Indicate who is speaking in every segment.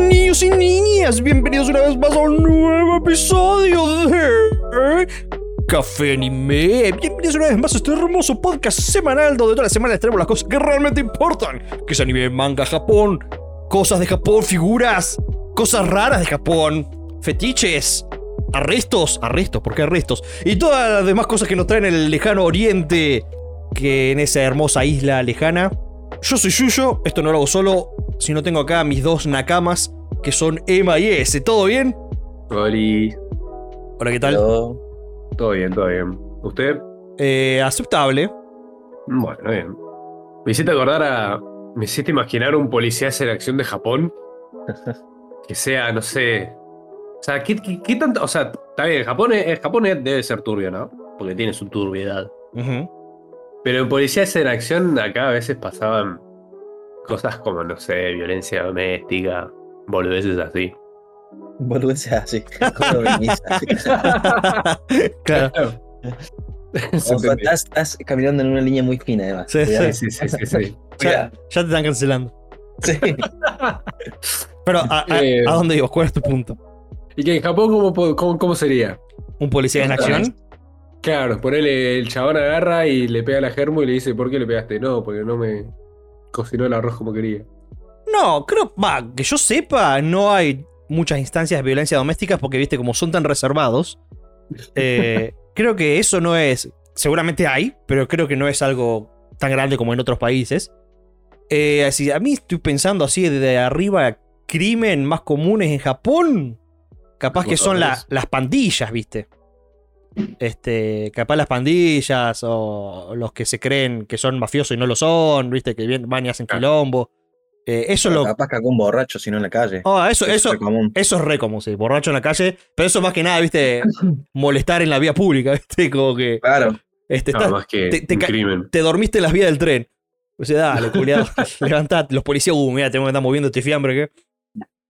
Speaker 1: niños y niñas, bienvenidos una vez más a un nuevo episodio de eh, Café Anime. Bienvenidos una vez más a este hermoso podcast semanal donde todas las semanas traemos las cosas que realmente importan, que es anime, manga, Japón, cosas de Japón, figuras, cosas raras de Japón, fetiches, arrestos, arrestos, ¿por qué arrestos? Y todas las demás cosas que nos traen el lejano oriente, que en esa hermosa isla lejana. Yo soy Yuyo, esto no lo hago solo, sino tengo acá a mis dos nakamas, que son Emma y S. ¿Todo bien?
Speaker 2: Oli.
Speaker 1: Hola, ¿qué tal?
Speaker 3: Yo,
Speaker 2: Todo bien, todo bien. ¿Usted?
Speaker 1: Eh, aceptable.
Speaker 2: Bueno, bien. Me hiciste acordar a. Me hiciste imaginar un policía hacer acción de Japón. Que sea, no sé. O sea, ¿qué, qué- qué tanto.? O sea, está bien, Japón, es, Japón es- debe ser turbio, ¿no? Porque tiene su turbiedad.
Speaker 1: Ujú.
Speaker 2: Pero en policías en acción, acá a veces pasaban cosas como, no sé, violencia doméstica, boludeces así.
Speaker 3: Boludeces así. ¿Cómo lo venís?
Speaker 1: Claro.
Speaker 2: ¿Se
Speaker 3: Ojo,
Speaker 2: entiende?
Speaker 3: estás, estás caminando en una línea muy fina, además.
Speaker 1: Sí,
Speaker 3: Cuidado,
Speaker 2: Sí, sí, sí, sí.
Speaker 1: Ya,
Speaker 3: cuidado.
Speaker 1: ya te están cancelando.
Speaker 3: Sí.
Speaker 1: Pero, ¿a, a-
Speaker 2: Eh.
Speaker 1: a dónde ibas? ¿Cuál es tu punto?
Speaker 2: ¿Y que en Japón cómo, po- cómo, cómo sería?
Speaker 1: ¿Un policía en acción?
Speaker 2: Claro, ponele, el chabón agarra y le pega a la germo y le dice, ¿por qué le pegaste? No, porque no me cocinó el arroz como quería.
Speaker 1: No, creo, va, que yo sepa, no hay muchas instancias de violencia doméstica porque, viste, como son tan reservados, eh, creo que eso no es, seguramente hay, pero creo que no es algo tan grande como en otros países. Eh, así, a mí estoy pensando así desde arriba, crimen más comunes en Japón, capaz que son la- las pandillas, viste. Este, capaz las pandillas o los que se creen que son mafiosos y no lo son, viste, que bien- van y hacen
Speaker 2: Claro.
Speaker 1: quilombo. Eh, eso es lo,
Speaker 3: Capaz que acá un borracho, sino en la calle.
Speaker 1: Ah, eso, eso,
Speaker 3: Es común.
Speaker 1: eso es re como sí, borracho en la calle, pero eso más que nada, viste, molestar en la vía pública, viste, como que
Speaker 3: Claro.
Speaker 1: este,
Speaker 2: Nada
Speaker 1: estás-
Speaker 2: más que
Speaker 1: te- te
Speaker 2: un
Speaker 1: ca-
Speaker 2: crimen.
Speaker 1: te dormiste en las vías del tren. O sea, dale, culiado, levantate, los policías, uh, mira, tenemos que andar moviendo este fiambre,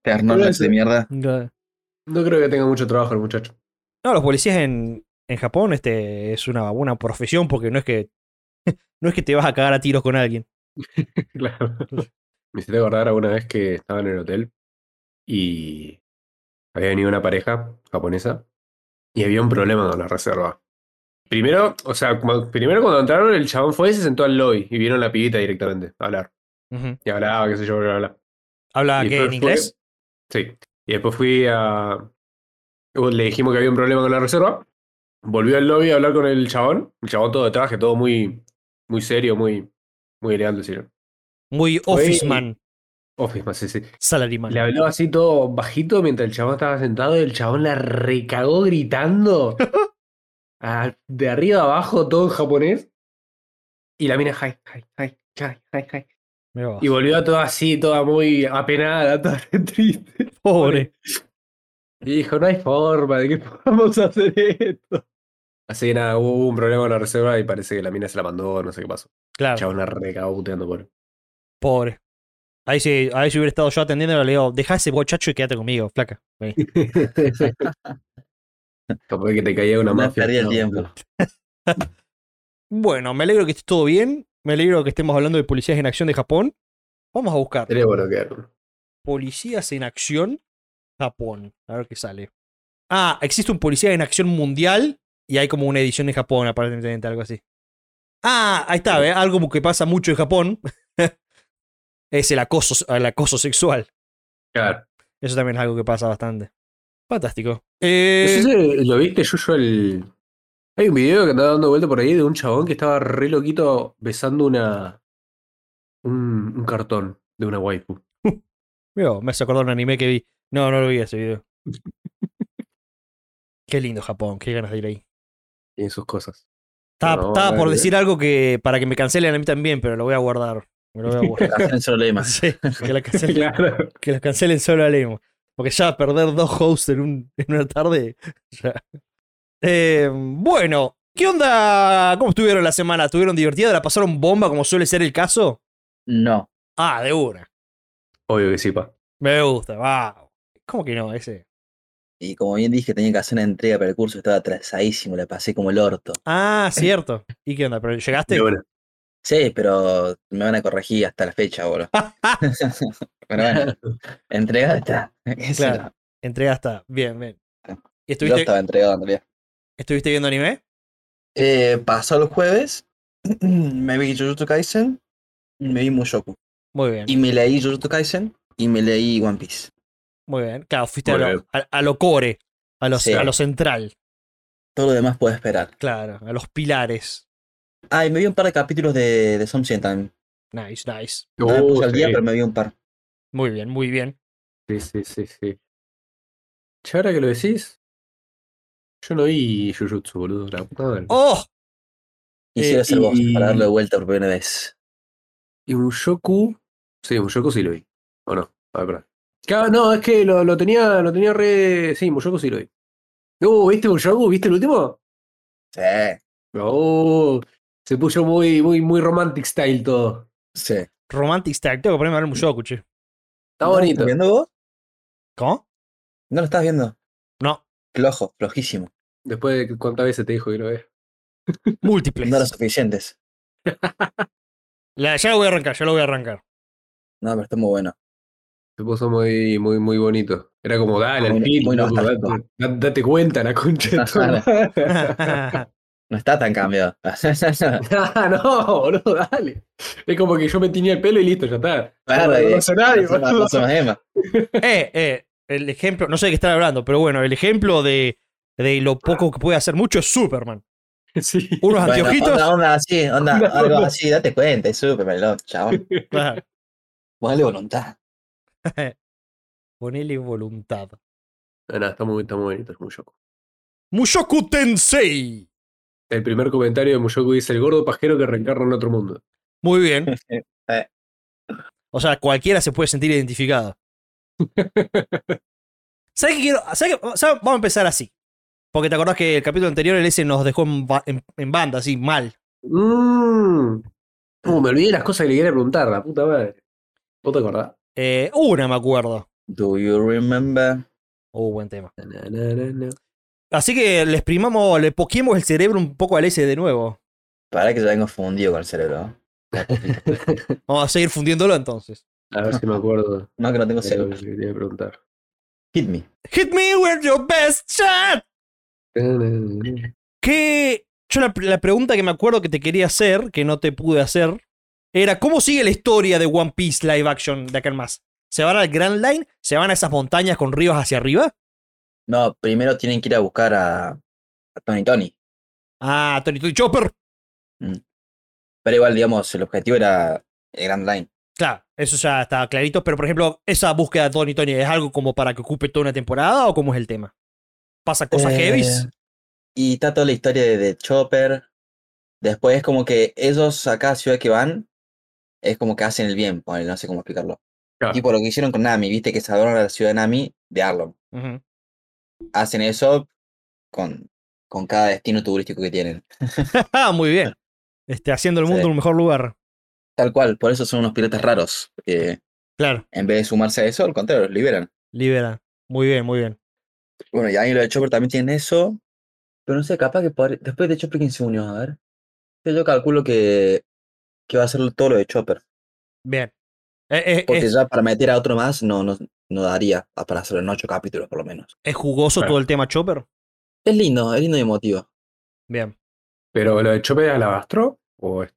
Speaker 3: Te Arnorlax de mierda.
Speaker 1: ¿qué?
Speaker 2: No creo que tenga mucho trabajo el muchacho.
Speaker 1: No, los policías en, en Japón, este, es una buena profesión porque no es que, no es que te vas a cagar a tiros con alguien.
Speaker 2: Claro. Me hiciste acordar alguna vez que estaba en el hotel y había venido una pareja japonesa y había un problema con la reserva. Primero, o sea, como- primero cuando entraron el chabón fue y se sentó al lobby y vieron a la pibita directamente a hablar.
Speaker 1: Ujú.
Speaker 2: Y hablaba, qué sé yo, bla, bla, bla.
Speaker 1: ¿Habla
Speaker 2: Y
Speaker 1: que en
Speaker 2: después
Speaker 1: inglés?
Speaker 2: fue- sí. Y después fui a. Le dijimos que había un problema con la reserva. Volvió al lobby a hablar con el chabón. El chabón todo de traje, todo muy, muy serio, muy, muy elegante, sí.
Speaker 1: Muy
Speaker 2: fue-
Speaker 1: office man,
Speaker 2: Office, más sí, sí.
Speaker 1: salaryman.
Speaker 2: Le habló así todo bajito mientras el chabón estaba sentado y el chabón la recagó gritando. A- de arriba a abajo, todo en japonés. Y la mina, hi, hi, hi, hi, hi, hi.
Speaker 1: Mirá vos.
Speaker 2: Y volvió toda así, toda muy apenada, toda triste.
Speaker 1: Pobre.
Speaker 2: Y dijo, no hay forma de que podamos hacer esto. Así que nada, hubo un problema con la reserva y parece que la mina se la mandó, no sé qué pasó.
Speaker 1: Claro.
Speaker 2: Chabón la recagó puteando por.
Speaker 1: Pobre. Ahí si, ahí si hubiera estado yo atendiendo, le digo, deja ese bochacho y quédate conmigo, flaca. Vení".
Speaker 2: Capaz que te caía una
Speaker 3: No
Speaker 2: mafia.
Speaker 3: perdí el
Speaker 2: No,
Speaker 3: tiempo.
Speaker 2: no.
Speaker 1: Bueno, me alegro que esté todo bien. Me alegro que estemos hablando de policías en acción de Japón. Vamos a buscar
Speaker 2: Sería bueno quedar.
Speaker 1: policías en acción Japón. A ver qué sale. Ah, existe un policía en acción mundial y hay como una edición en Japón, aparentemente, algo así. Ah, ahí está, ¿ve? algo que pasa mucho en Japón es el acoso, el acoso sexual.
Speaker 2: Claro.
Speaker 1: Eso también es algo que pasa bastante. Fantástico. Eh,
Speaker 2: No sé si ¿Lo viste, Yuyo? El... Hay un video que andaba dando vuelta por ahí de un chabón que estaba re loquito besando una. un, un cartón de una waifu.
Speaker 1: Mirá, me hace acordar un anime que vi. No, no lo vi ese video. qué lindo Japón, qué ganas de ir ahí.
Speaker 2: Tiene sus cosas.
Speaker 1: Estaba,
Speaker 2: No,
Speaker 1: estaba por
Speaker 2: dale.
Speaker 1: decir algo que para que me cancelen a mí también, pero lo voy a guardar. Me lo voy a guardar.
Speaker 3: Hacen el problema.
Speaker 1: Sí, que, la cancelen,
Speaker 2: Claro.
Speaker 1: que la cancelen solo a Lemo. Porque ya perder dos hosts en, un- en una tarde. ya. Eh, bueno, ¿qué onda? ¿Cómo estuvieron la semana? ¿Estuvieron divertidas? ¿La pasaron bomba como suele ser el caso?
Speaker 3: No.
Speaker 1: Ah, de una.
Speaker 2: Obvio que sí, pa.
Speaker 1: Me gusta, va. ¿Cómo que no? Ese.
Speaker 3: Y como bien dije, tenía que hacer una entrega para el curso, estaba atrasadísimo, la pasé como el orto.
Speaker 1: Ah, cierto. ¿Y qué onda? ¿Pero llegaste?
Speaker 2: De una.
Speaker 3: Sí, pero me van a corregir hasta la fecha, boludo. pero bueno, entregada está. Qué sé
Speaker 1: Claro. Entrega está. Bien, bien. ¿Y
Speaker 3: yo. Yo
Speaker 1: estuviste,
Speaker 3: estaba entregado en realidad.
Speaker 1: estuviste viendo anime?
Speaker 3: Eh, pasó los jueves, me vi Jujutsu Kaisen, me vi Mushoku.
Speaker 1: Muy bien,
Speaker 3: Y me leí Jujutsu Kaisen y me leí One Piece.
Speaker 1: muy bien. Claro, fuiste a
Speaker 2: Muy
Speaker 1: lo,
Speaker 2: bien.
Speaker 1: a, a lo core, a lo,
Speaker 3: Sí.
Speaker 1: a lo central,
Speaker 3: Todo lo demás puede esperar.
Speaker 1: claro, a los pilares.
Speaker 3: Ah, y me vi un par de capítulos de, de Something Time.
Speaker 1: Nice, nice.
Speaker 3: No
Speaker 2: Uh,
Speaker 3: Ah, me puse pues al día, pero me vi un par.
Speaker 1: Muy bien, muy bien.
Speaker 2: Sí, sí, sí, sí. Che, ahora que lo decís, yo no vi Jujutsu, boludo. La puta madre.
Speaker 1: ¡Oh!
Speaker 3: Quisiera
Speaker 1: Eh,
Speaker 3: ser vos
Speaker 2: y-
Speaker 3: para darle de vuelta por primera vez.
Speaker 2: Y Mushoku. Sí, Mushoku sí lo vi. ¿O no? A ver, pará. Claro, no, es que lo, lo tenía, lo tenía re. Sí, Mushoku sí lo vi. Uh, ¿viste Mushoku? ¿Viste el último?
Speaker 3: Sí,
Speaker 2: Oh, se puso muy, muy, muy romantic style todo.
Speaker 3: sí.
Speaker 1: Romantic Stack, tengo que ponerme a ver Mushoku, che.
Speaker 2: Está
Speaker 3: ¿No lo
Speaker 2: bonito.
Speaker 3: estás viendo vos?
Speaker 1: ¿Cómo?
Speaker 3: ¿No lo estás viendo?
Speaker 1: No,
Speaker 3: Flojo, flojísimo.
Speaker 2: Después de que- cuántas veces te dijo que lo ves.
Speaker 1: múltiples.
Speaker 3: No lo suficientes.
Speaker 1: La- ya lo voy a arrancar, ya lo voy a arrancar.
Speaker 3: No, pero está muy bueno.
Speaker 2: Se puso muy, muy, muy bonito. Era como, dale, al
Speaker 3: Muy-
Speaker 2: fin,
Speaker 3: muy
Speaker 2: loco,
Speaker 3: nostálgico.
Speaker 2: date, da- date cuenta, la concha de tu
Speaker 3: Ajá.
Speaker 2: madre.
Speaker 3: No está tan cambiado.
Speaker 2: Ah, no, boludo, dale. Es como que yo me tenía el pelo y listo, ya está.
Speaker 3: Claro,
Speaker 2: no
Speaker 3: eh,
Speaker 2: pasa nadie,
Speaker 3: Pasó más-
Speaker 2: boludo.
Speaker 3: pasó más Emma.
Speaker 1: eh, eh, el ejemplo, no sé de qué están hablando, pero bueno, el ejemplo de, de lo poco que puede hacer mucho es Superman.
Speaker 2: Sí.
Speaker 1: Unos
Speaker 3: Bueno,
Speaker 1: anteojitos.
Speaker 3: onda, onda así, onda,
Speaker 2: No,
Speaker 3: algo
Speaker 2: no.
Speaker 3: así, date cuenta, es súper pelón, chabón.
Speaker 1: Claro.
Speaker 3: Vos dale voluntad.
Speaker 1: Ponele voluntad.
Speaker 2: No, no, está muy, está muy bonito, es Mushoku.
Speaker 1: Mushoku Tensei.
Speaker 2: El primer comentario de Mushoku dice: el gordo pajero que reencarna en otro mundo.
Speaker 1: Muy bien.
Speaker 3: Eh.
Speaker 1: O sea, cualquiera se puede sentir identificado. ¿Sabes qué quiero? ¿Sabés qué? ¿Sabés? Vamos a empezar así. Porque te acordás que el capítulo anterior el S nos dejó en, ba- en- en banda, así, mal.
Speaker 2: Mmm. me olvidé las cosas que le quería preguntar, la puta madre. ¿Vos te acordás?
Speaker 1: Eh, una me acuerdo.
Speaker 3: Do you remember?
Speaker 1: Uh, buen tema.
Speaker 2: Na, na, na, na.
Speaker 1: Así que le exprimamos, le poquemos el cerebro un poco al S de nuevo.
Speaker 3: Para que yo vengo fundido con el cerebro.
Speaker 1: Vamos a seguir fundiéndolo entonces.
Speaker 2: A ver si me acuerdo
Speaker 3: No, que no tengo
Speaker 2: de lo
Speaker 3: cerebro.
Speaker 2: que le quería preguntar.
Speaker 3: Hit me.
Speaker 1: Hit me with your best shot.
Speaker 2: Na, na, na, na.
Speaker 1: Que yo la, la pregunta que me acuerdo que te quería hacer, que no te pude hacer, era ¿cómo sigue la historia de One Piece live action de acá en más? ¿Se van al Grand Line? ¿Se van a esas montañas con ríos hacia arriba?
Speaker 3: No, primero tienen que ir a buscar a, a Tony Tony.
Speaker 1: Ah, Tony Tony Chopper.
Speaker 3: Pero igual, digamos, el objetivo era el Grand Line.
Speaker 1: Claro, eso ya está clarito, pero por ejemplo, esa búsqueda de Tony Tony es algo como para que ocupe toda una temporada o cómo es el tema? ¿Pasa cosas
Speaker 3: Eh,
Speaker 1: heavies?
Speaker 3: Y está toda la historia de, de Chopper. Después es como que ellos a cada ciudad que van, es como que hacen el bien, ponele, no sé cómo explicarlo.
Speaker 2: Claro.
Speaker 3: Tipo lo que hicieron con Nami, viste que salvaron a la ciudad de Nami de Arlong.
Speaker 1: Ujú.
Speaker 3: Hacen eso con, con cada destino turístico que tienen.
Speaker 1: Ah, muy bien. Este, haciendo el mundo
Speaker 3: Sí.
Speaker 1: un mejor lugar.
Speaker 3: Tal cual, por eso son unos piratas raros, que
Speaker 1: Claro,
Speaker 3: en vez de sumarse a eso, al contrario, los liberan.
Speaker 1: libera. Muy bien, muy bien.
Speaker 3: Bueno, y ahí lo de Chopper también tiene eso. Pero no sé, capaz que podri- después de Chopper, ¿quién se unió? A ver. Yo yo calculo que, que va a ser todo lo de Chopper.
Speaker 1: Bien. Eh, eh,
Speaker 3: Porque
Speaker 1: es,
Speaker 3: ya para meter a otro más no, no, no daría a- para hacerlo en ocho capítulos, por lo menos.
Speaker 1: es jugoso
Speaker 2: Claro.
Speaker 1: todo el tema Chopper.
Speaker 3: Es lindo, es lindo y emotivo.
Speaker 1: Bien.
Speaker 2: Pero lo de Chope de Alabastro, o es.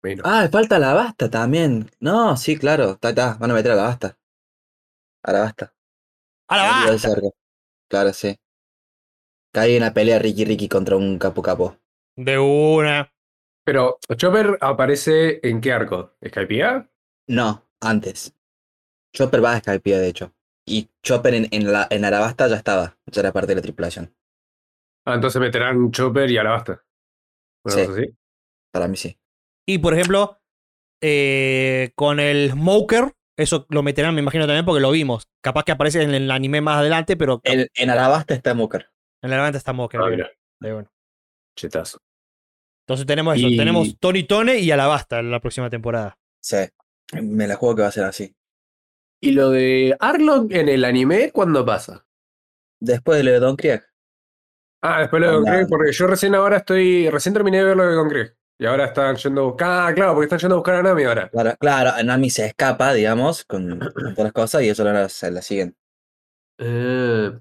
Speaker 2: Menos.
Speaker 3: Ah, falta la basta también. No, sí, claro. Ta, ta, van a meter a la basta. A la basta.
Speaker 1: ¡Alabá!
Speaker 3: arriba del cerco. Claro, sí. Cae una pelea Ricky Ricky contra un capo capo.
Speaker 1: De una.
Speaker 2: Pero, ¿Chopper aparece en qué arco? ¿Skypiea?
Speaker 3: No, antes. Chopper va a Skype, de hecho. Y Chopper en, en, la, en Arabasta ya estaba, ya era parte de la tripulación.
Speaker 2: Ah, entonces meterán Chopper y Alabasta. Una
Speaker 3: Sí.
Speaker 2: cosa así.
Speaker 3: Para mí sí.
Speaker 1: Y por ejemplo, eh, con el Smoker, eso lo meterán, me imagino también, porque lo vimos. Capaz que aparece en el anime más adelante, pero cap-
Speaker 3: En, en Arabasta está Mooker.
Speaker 1: en la levanta está Smoker.
Speaker 2: Ah,
Speaker 1: bien,
Speaker 2: mira,
Speaker 1: de una.
Speaker 2: chetazo.
Speaker 1: Entonces tenemos eso.
Speaker 2: Y-
Speaker 1: Tenemos Tony Tone y Alabasta en la próxima temporada.
Speaker 3: Sí. Me la juego que va a ser así.
Speaker 2: ¿Y lo de Arlong en el anime, cuándo pasa?
Speaker 3: Después de lo de Don Krieg.
Speaker 2: Ah, después lo de
Speaker 3: Onda-
Speaker 2: Concrete, porque yo recién ahora estoy. Recién terminé de ver lo de Concrete. Y ahora están yendo a buscar. Ah, claro, porque están yendo a buscar a Nami ahora.
Speaker 3: Claro, claro, Nami se escapa, digamos, con, con todas las cosas y eso la, la siguen.
Speaker 2: Eh,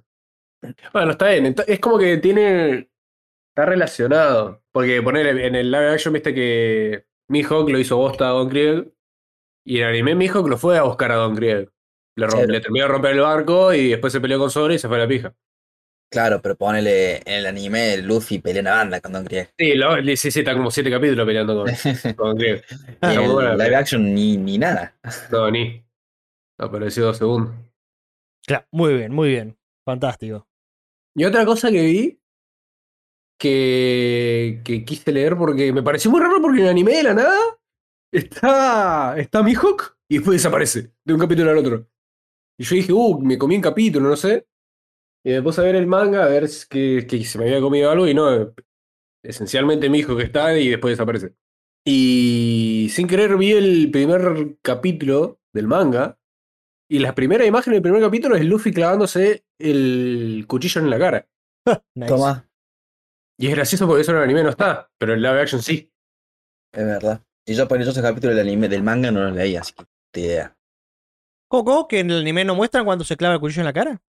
Speaker 2: Bueno, está bien. ento- Es como que tiene. Está relacionado. Porque poner en el live action, viste que Mihawk lo hizo bosta a Don Krieg. Y en el anime Mihawk lo fue a buscar a Don Krieg. Le, rom-
Speaker 3: Sí.
Speaker 2: le terminó de romper el barco y después se peleó con Sora y se fue a la pija.
Speaker 3: Claro, pero ponele en el anime Luffy pelea una banda con Don Krieg.
Speaker 2: Sí, lo- sí, sí, está como siete capítulos peleando con, con Don Krieg.
Speaker 3: Y en
Speaker 2: Está muy
Speaker 3: el
Speaker 2: buena la
Speaker 3: live action ni, ni nada.
Speaker 2: No, ni. Apareció dos segundos.
Speaker 1: Claro, muy bien, muy bien. Fantástico.
Speaker 2: Y otra cosa que vi que, que quise leer porque me pareció muy raro porque en el anime de la nada está, está Mihawk y después desaparece de un capítulo al otro. Y yo dije, uh, me comí un capítulo, no sé. Y me puse a ver el manga a ver s- que, que se me había comido algo y no, eh, esencialmente Mihawk está y después desaparece. Y sin querer vi el primer capítulo del manga y la primera imagen del primer capítulo es Luffy clavándose el cuchillo en la cara.
Speaker 1: Nice.
Speaker 3: Toma,
Speaker 2: Y es gracioso porque eso en el anime no está, pero en live action sí.
Speaker 3: es verdad. Y yo por esos capítulos del anime, del manga no los leí, así que te idea.
Speaker 1: ¿Cómo, cómo? que en el anime no muestran cuando se clava el cuchillo en la cara?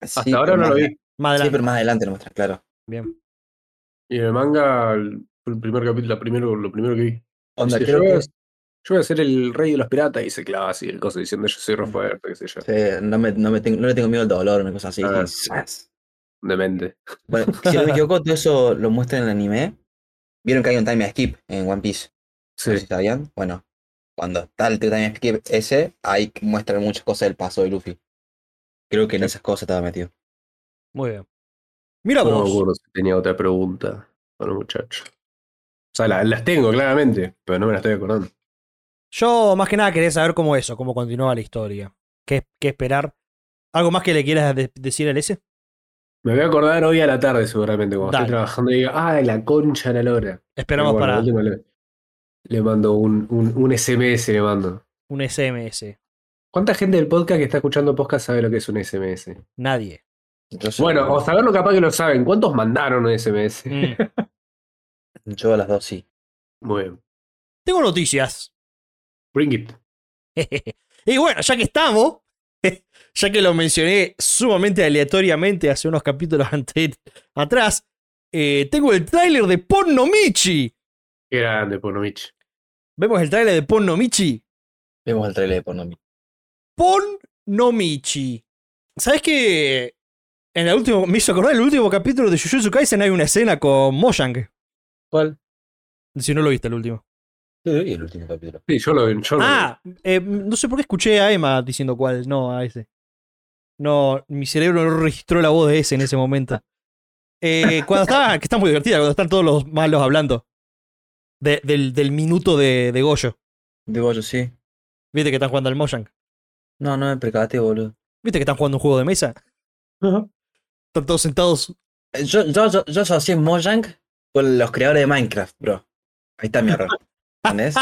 Speaker 2: Hasta ahora no lo vi.
Speaker 1: Más
Speaker 3: Sí,
Speaker 1: adelante.
Speaker 3: pero más adelante lo muestran, claro.
Speaker 1: Bien.
Speaker 2: Y en el manga, el, fue el primer capítulo, la primero, lo primero que vi.
Speaker 3: Onda,
Speaker 2: Dice,
Speaker 3: creo
Speaker 2: yo, voy a,
Speaker 3: que.
Speaker 2: yo voy a ser el rey de los piratas y se clava así el coso diciendo yo soy re fuerte, qué sé yo.
Speaker 3: sí, no, me, no, me tengo, no le tengo miedo al dolor, una cosa así.
Speaker 2: Ah.
Speaker 3: y ¡zas!
Speaker 2: Demente.
Speaker 3: Bueno, si no me equivoco, todo eso lo muestran en el anime. Vieron que hay un time skip en One Piece.
Speaker 2: Sí.
Speaker 3: No sé si sabían. Bueno, cuando está el time skip ese, ahí muestran muchas cosas del paso de Luffy. Creo que en esas cosas estaba metido.
Speaker 1: Muy bien. Mira
Speaker 2: No me
Speaker 1: vos.
Speaker 2: acuerdo si tenía otra pregunta para el muchacho. O sea, la- las tengo claramente, pero no me las estoy acordando.
Speaker 1: Yo más que nada quería saber cómo eso, cómo continúa la historia. ¿Qué, qué esperar? ¿Algo más que le quieras de- decir al ese?
Speaker 2: Me voy a acordar hoy a la tarde seguramente, cuando
Speaker 1: Dale.
Speaker 2: estoy trabajando y digo, ah, la concha de la lora. Pero
Speaker 1: Esperamos
Speaker 2: bueno,
Speaker 1: para
Speaker 2: de última le, le mando un, un, un SMS, le mando.
Speaker 1: un SMS.
Speaker 2: ¿Cuánta gente del podcast que está escuchando podcast sabe lo que es un SMS?
Speaker 1: Nadie.
Speaker 3: Entonces,
Speaker 2: Bueno, o saberlo capaz que lo saben. ¿Cuántos mandaron un SMS?
Speaker 1: Mm.
Speaker 3: yo a las dos sí.
Speaker 2: Mm. Muy bien.
Speaker 1: Tengo noticias.
Speaker 2: Bring it.
Speaker 1: y bueno, ya que estamos, ya que lo mencioné sumamente aleatoriamente hace unos capítulos ante- atrás, eh, tengo el tráiler de Porno Michi.
Speaker 2: Qué grande, pues, Ponovich.
Speaker 1: Vemos el tráiler de Porno Michi.
Speaker 3: Vemos el trailer de Pornomi.
Speaker 1: Porno Michi. ¿Sabes qué? En el último, me hizo acordar el último capítulo de Jujutsu Kaisen hay una escena con Mojang.
Speaker 3: ¿Cuál?
Speaker 1: Si no lo viste el último.
Speaker 3: Yo lo vi el último capítulo.
Speaker 2: Sí, yo lo vi. Yo lo vi.
Speaker 1: Ah, eh, no sé por qué escuché a Emma diciendo cuál, no, a ese. No, mi cerebro no registró la voz de ese en ese momento. Eh, cuando está, que está muy divertida, cuando están todos los malos hablando. De- del, del minuto de, de Goyo.
Speaker 3: Digo yo sí.
Speaker 1: Viste que están jugando al Mojang.
Speaker 3: No, no me percaté, boludo.
Speaker 1: Viste que están jugando un juego de mesa. Están todos sentados.
Speaker 3: Eh, Yo, yo, yo, yo asocié Mojang con los creadores de Minecraft, bro. Ahí está mi error. ¿Entendés?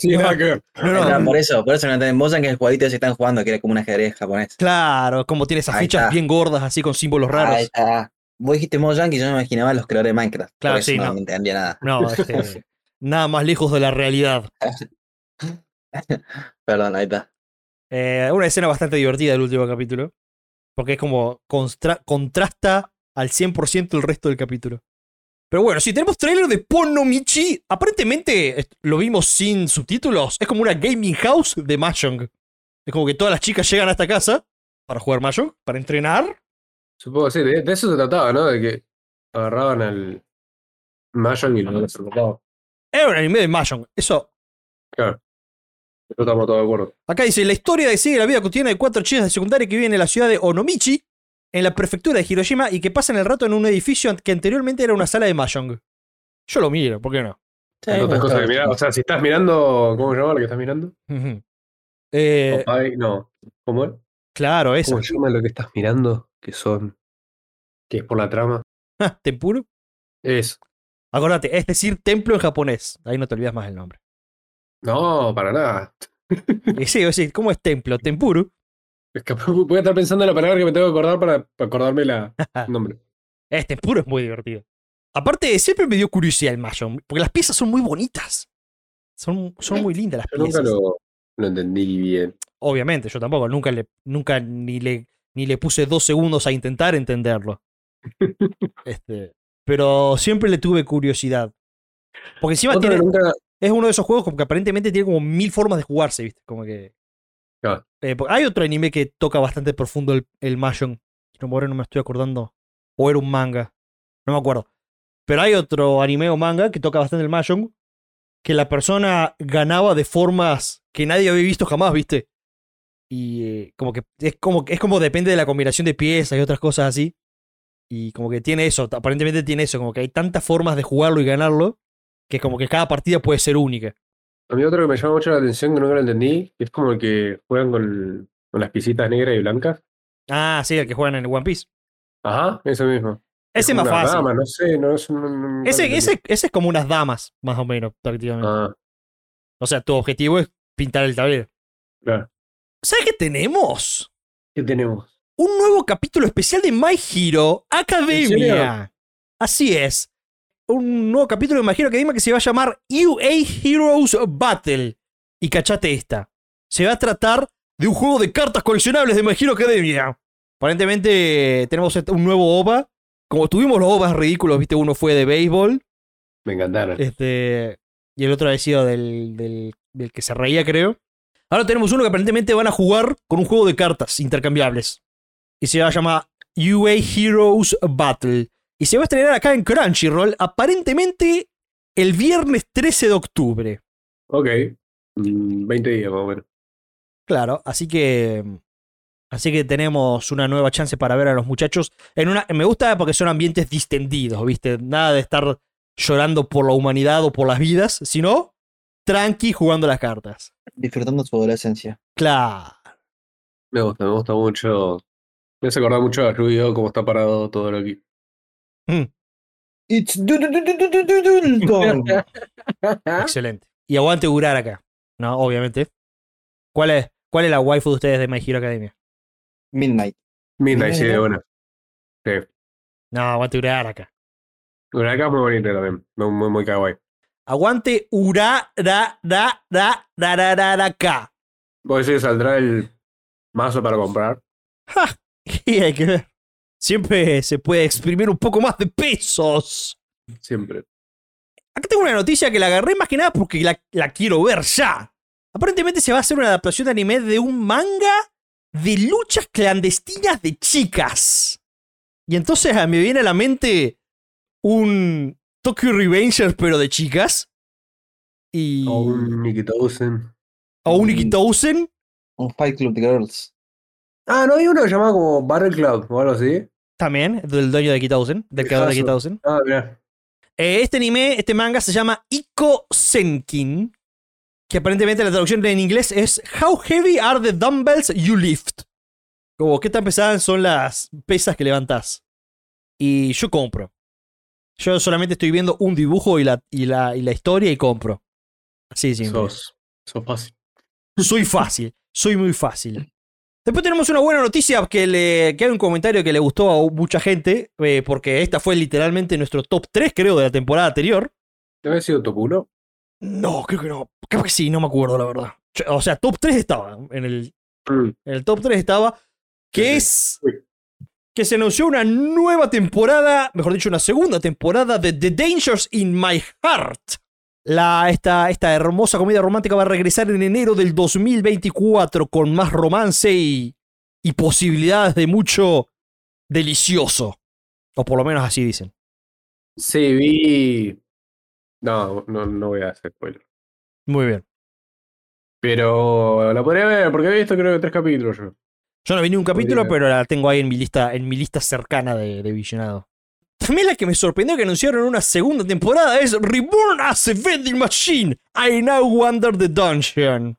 Speaker 2: Sí, nada que ver.
Speaker 1: No, no,
Speaker 3: Era por eso, por eso no entendés. Mojang es el jueguito ese que están jugando, que era como un ajedrez japonés.
Speaker 1: Claro, como tiene esas
Speaker 3: Ahí
Speaker 1: fichas
Speaker 3: está.
Speaker 1: bien gordas, así con símbolos raros.
Speaker 3: Ahí está. ah, Vos dijiste Mojang y yo no me imaginaba los creadores de Minecraft.
Speaker 1: Claro,
Speaker 3: por eso
Speaker 1: sí,
Speaker 3: no,
Speaker 1: no.
Speaker 3: me entendía nada.
Speaker 1: No, este, nada más lejos de la realidad.
Speaker 3: Perdón, ahí está.
Speaker 1: Eh, una escena bastante divertida del último capítulo. Porque es como constra- contrasta al 100% el resto del capítulo. Pero bueno, si tenemos trailer de Porno Michi. Aparentemente est- lo vimos sin subtítulos. Es como una gaming house de Mahjong. Es como que todas las chicas llegan a esta casa para jugar Mahjong, para entrenar.
Speaker 2: Supongo que sí. De, de eso se trataba, ¿no? De que agarraban al Mayan y lo desocupaban.
Speaker 1: Es un anime de Mahjong. Eso.
Speaker 2: Claro. Nosotros estamos todos de acuerdo.
Speaker 1: Acá dice, la historia de sigue la vida cotidiana de cuatro chicas de secundaria que viven en la ciudad de Onomichi, en la prefectura de Hiroshima, y que pasan el rato en un edificio que anteriormente era una sala de Mahjong. Yo lo miro, ¿por qué no?
Speaker 3: Sí,
Speaker 2: Tantas
Speaker 3: me
Speaker 2: cosas que
Speaker 3: gustaba.
Speaker 2: mirar. O sea, si estás mirando, ¿cómo se llama lo que estás mirando?
Speaker 1: Ujú. Eh,
Speaker 2: Popeye, no. ¿Cómo es?
Speaker 1: claro, eso.
Speaker 2: ¿Cómo se llama lo que estás mirando? Que son. Que es por la trama.
Speaker 1: Ah, Tempuro.
Speaker 2: Eso.
Speaker 1: Acordate, es decir, templo en japonés. Ahí no te olvidas más el nombre.
Speaker 2: No, para nada.
Speaker 1: Y sí, o sea, ¿cómo es templo? Tempuru.
Speaker 2: Es que voy a estar pensando en la palabra que me tengo que acordar para para acordarme la el nombre.
Speaker 1: Este Tempuro es muy divertido. Aparte, siempre me dio curiosidad el Mahjong, porque las piezas son muy bonitas. Son, son muy lindas las
Speaker 2: Yo nunca
Speaker 1: piezas.
Speaker 2: lo, lo entendí bien.
Speaker 1: Obviamente, yo tampoco, nunca le, nunca ni le, ni le puse dos segundos a intentar entenderlo. Este, pero siempre le tuve curiosidad. Porque encima
Speaker 2: Otro que
Speaker 1: tiene,
Speaker 2: nunca-
Speaker 1: es uno de esos juegos como que aparentemente tiene como mil formas de jugarse, ¿viste? Como que.
Speaker 2: Claro.
Speaker 1: Eh, porque hay otro anime que toca bastante profundo el, el Mahjong. No, ahora no me estoy acordando. O era un manga. No me acuerdo. Pero hay otro anime o manga que toca bastante el Mahjong. Que la persona ganaba de formas que nadie había visto jamás, ¿viste? Y eh, como que es como es como depende de la combinación de piezas y otras cosas así. Y como que tiene eso, aparentemente tiene eso, como que hay tantas formas de jugarlo y ganarlo que como que cada partida puede ser única.
Speaker 2: A mí otro que me llama mucho la atención, que nunca lo entendí, que es como que juegan con, con las pisitas negras y blancas.
Speaker 1: Ah, sí, el que juegan en el One Piece.
Speaker 2: Ajá, eso mismo.
Speaker 1: Ese es
Speaker 2: como
Speaker 1: más
Speaker 2: una
Speaker 1: fácil.
Speaker 2: dama, no sé, no, es un- un- un-
Speaker 1: Ese,
Speaker 2: un-
Speaker 1: ese, ese es como unas damas, más o menos, prácticamente.
Speaker 2: Ah,
Speaker 1: O sea, tu objetivo es pintar el tablero.
Speaker 2: claro.
Speaker 1: ¿Sabes qué tenemos?
Speaker 2: ¿Qué tenemos?
Speaker 1: Un nuevo capítulo especial de My Hero
Speaker 2: ¿En
Speaker 1: Academia. Así es. Un nuevo capítulo de My Hero Academia que se va a llamar UA Heroes Battle. Y cachate esta. Se va a tratar de un juego de cartas coleccionables de My Hero Academia. Aparentemente tenemos este- un nuevo OVA. Como tuvimos los OVAs ridículos, viste, uno fue de béisbol.
Speaker 2: Me encantaron.
Speaker 1: Este, y el otro había sido del, del, del que se reía, creo. Ahora tenemos uno que aparentemente van a jugar con un juego de cartas intercambiables. Y se va a llamar UA Heroes Battle. Y se va a estrenar acá en Crunchyroll, aparentemente el viernes 13 de octubre.
Speaker 2: Ok. Mm, 20 días más o menos.
Speaker 1: Claro, así que. mm, Así que tenemos una nueva chance para ver a los muchachos. En una, me gusta porque son ambientes distendidos, ¿viste? Nada de estar llorando por la humanidad o por las vidas, sino tranqui jugando las cartas.
Speaker 3: Disfrutando su adolescencia.
Speaker 1: Claro.
Speaker 2: Me gusta, me gusta mucho. Me hace acordar mucho a Yu-Gi-Oh! cómo está parado todo lo que.
Speaker 3: It's du- du- du- du- du- du- du- dun- dun.
Speaker 1: Excelente. Y aguante durar acá, ¿no? Obviamente. ¿Cuál es, ¿Cuál es la waifu de ustedes de My Hero Academia?
Speaker 3: Midnight.
Speaker 2: Midnight, sí, de buena. Sí.
Speaker 1: No, aguante durar acá.
Speaker 2: Bueno, acá es muy bonito también. Muy, muy, muy kawaii.
Speaker 1: Aguante ura, ra, ra, ra, ra, ra, ra, ra, acá.
Speaker 2: Vos decís, saldrá el mazo para comprar.
Speaker 1: Y hay que ver. Siempre se puede exprimir un poco más de pesos.
Speaker 2: Siempre.
Speaker 1: Acá tengo una noticia que la agarré más que nada porque la, la quiero ver ya. Aparentemente se va a hacer una adaptación de anime de un manga de luchas clandestinas de chicas. Y entonces a mí me viene a la mente un Tokyo Revengers pero de chicas. Y...
Speaker 2: O un Nikitosen.
Speaker 1: o un Ikitousen.
Speaker 3: Un Fight Club de Girls.
Speaker 2: Ah, no, hay uno llamado como Battle Club o algo así.
Speaker 1: También, del dueño de Ikitousen, del creador de
Speaker 2: Fijazo.
Speaker 1: Ikitousen.
Speaker 2: Ah, mirá.
Speaker 1: Eh, este anime, este manga se llama Iko Senkin, que aparentemente la traducción en inglés es How heavy are the dumbbells you lift? Como, ¿qué tan pesadas son las pesas que levantás? Y yo compro. Yo solamente estoy viendo un dibujo y la, y la, y la historia y compro. Así de simple.
Speaker 2: Sos, sos fácil.
Speaker 1: Soy fácil, soy muy fácil. Después tenemos una buena noticia que, le, que hay un comentario que le gustó a mucha gente, eh, porque esta fue literalmente nuestro top 3, creo, de la temporada anterior.
Speaker 2: ¿Te había sido top 1?
Speaker 1: No, creo que no. Creo que sí, no me acuerdo, la verdad. Yo- O sea, top 3 estaba. En el,
Speaker 2: Mm.
Speaker 1: en el top 3 estaba.
Speaker 2: Sí,
Speaker 1: Que
Speaker 2: sí.
Speaker 1: es. Que se anunció una nueva temporada, mejor dicho, una segunda temporada de The Dangers in My Heart. La, esta, esta hermosa comedia romántica va a regresar en enero del 2024 con más romance y, y posibilidades de mucho delicioso. O por lo menos así dicen.
Speaker 2: Sí, vi. No, no, no voy a hacer spoiler.
Speaker 1: Muy bien.
Speaker 2: Pero la podría ver, porque he visto creo que tres capítulos yo.
Speaker 1: Yo no vi ni un capítulo,
Speaker 2: Podría.
Speaker 1: pero la tengo ahí en mi lista, en mi lista cercana de, de visionado. También la que me sorprendió que anunciaron una segunda temporada es Reborn as a Vending Machine. I now wander the dungeon.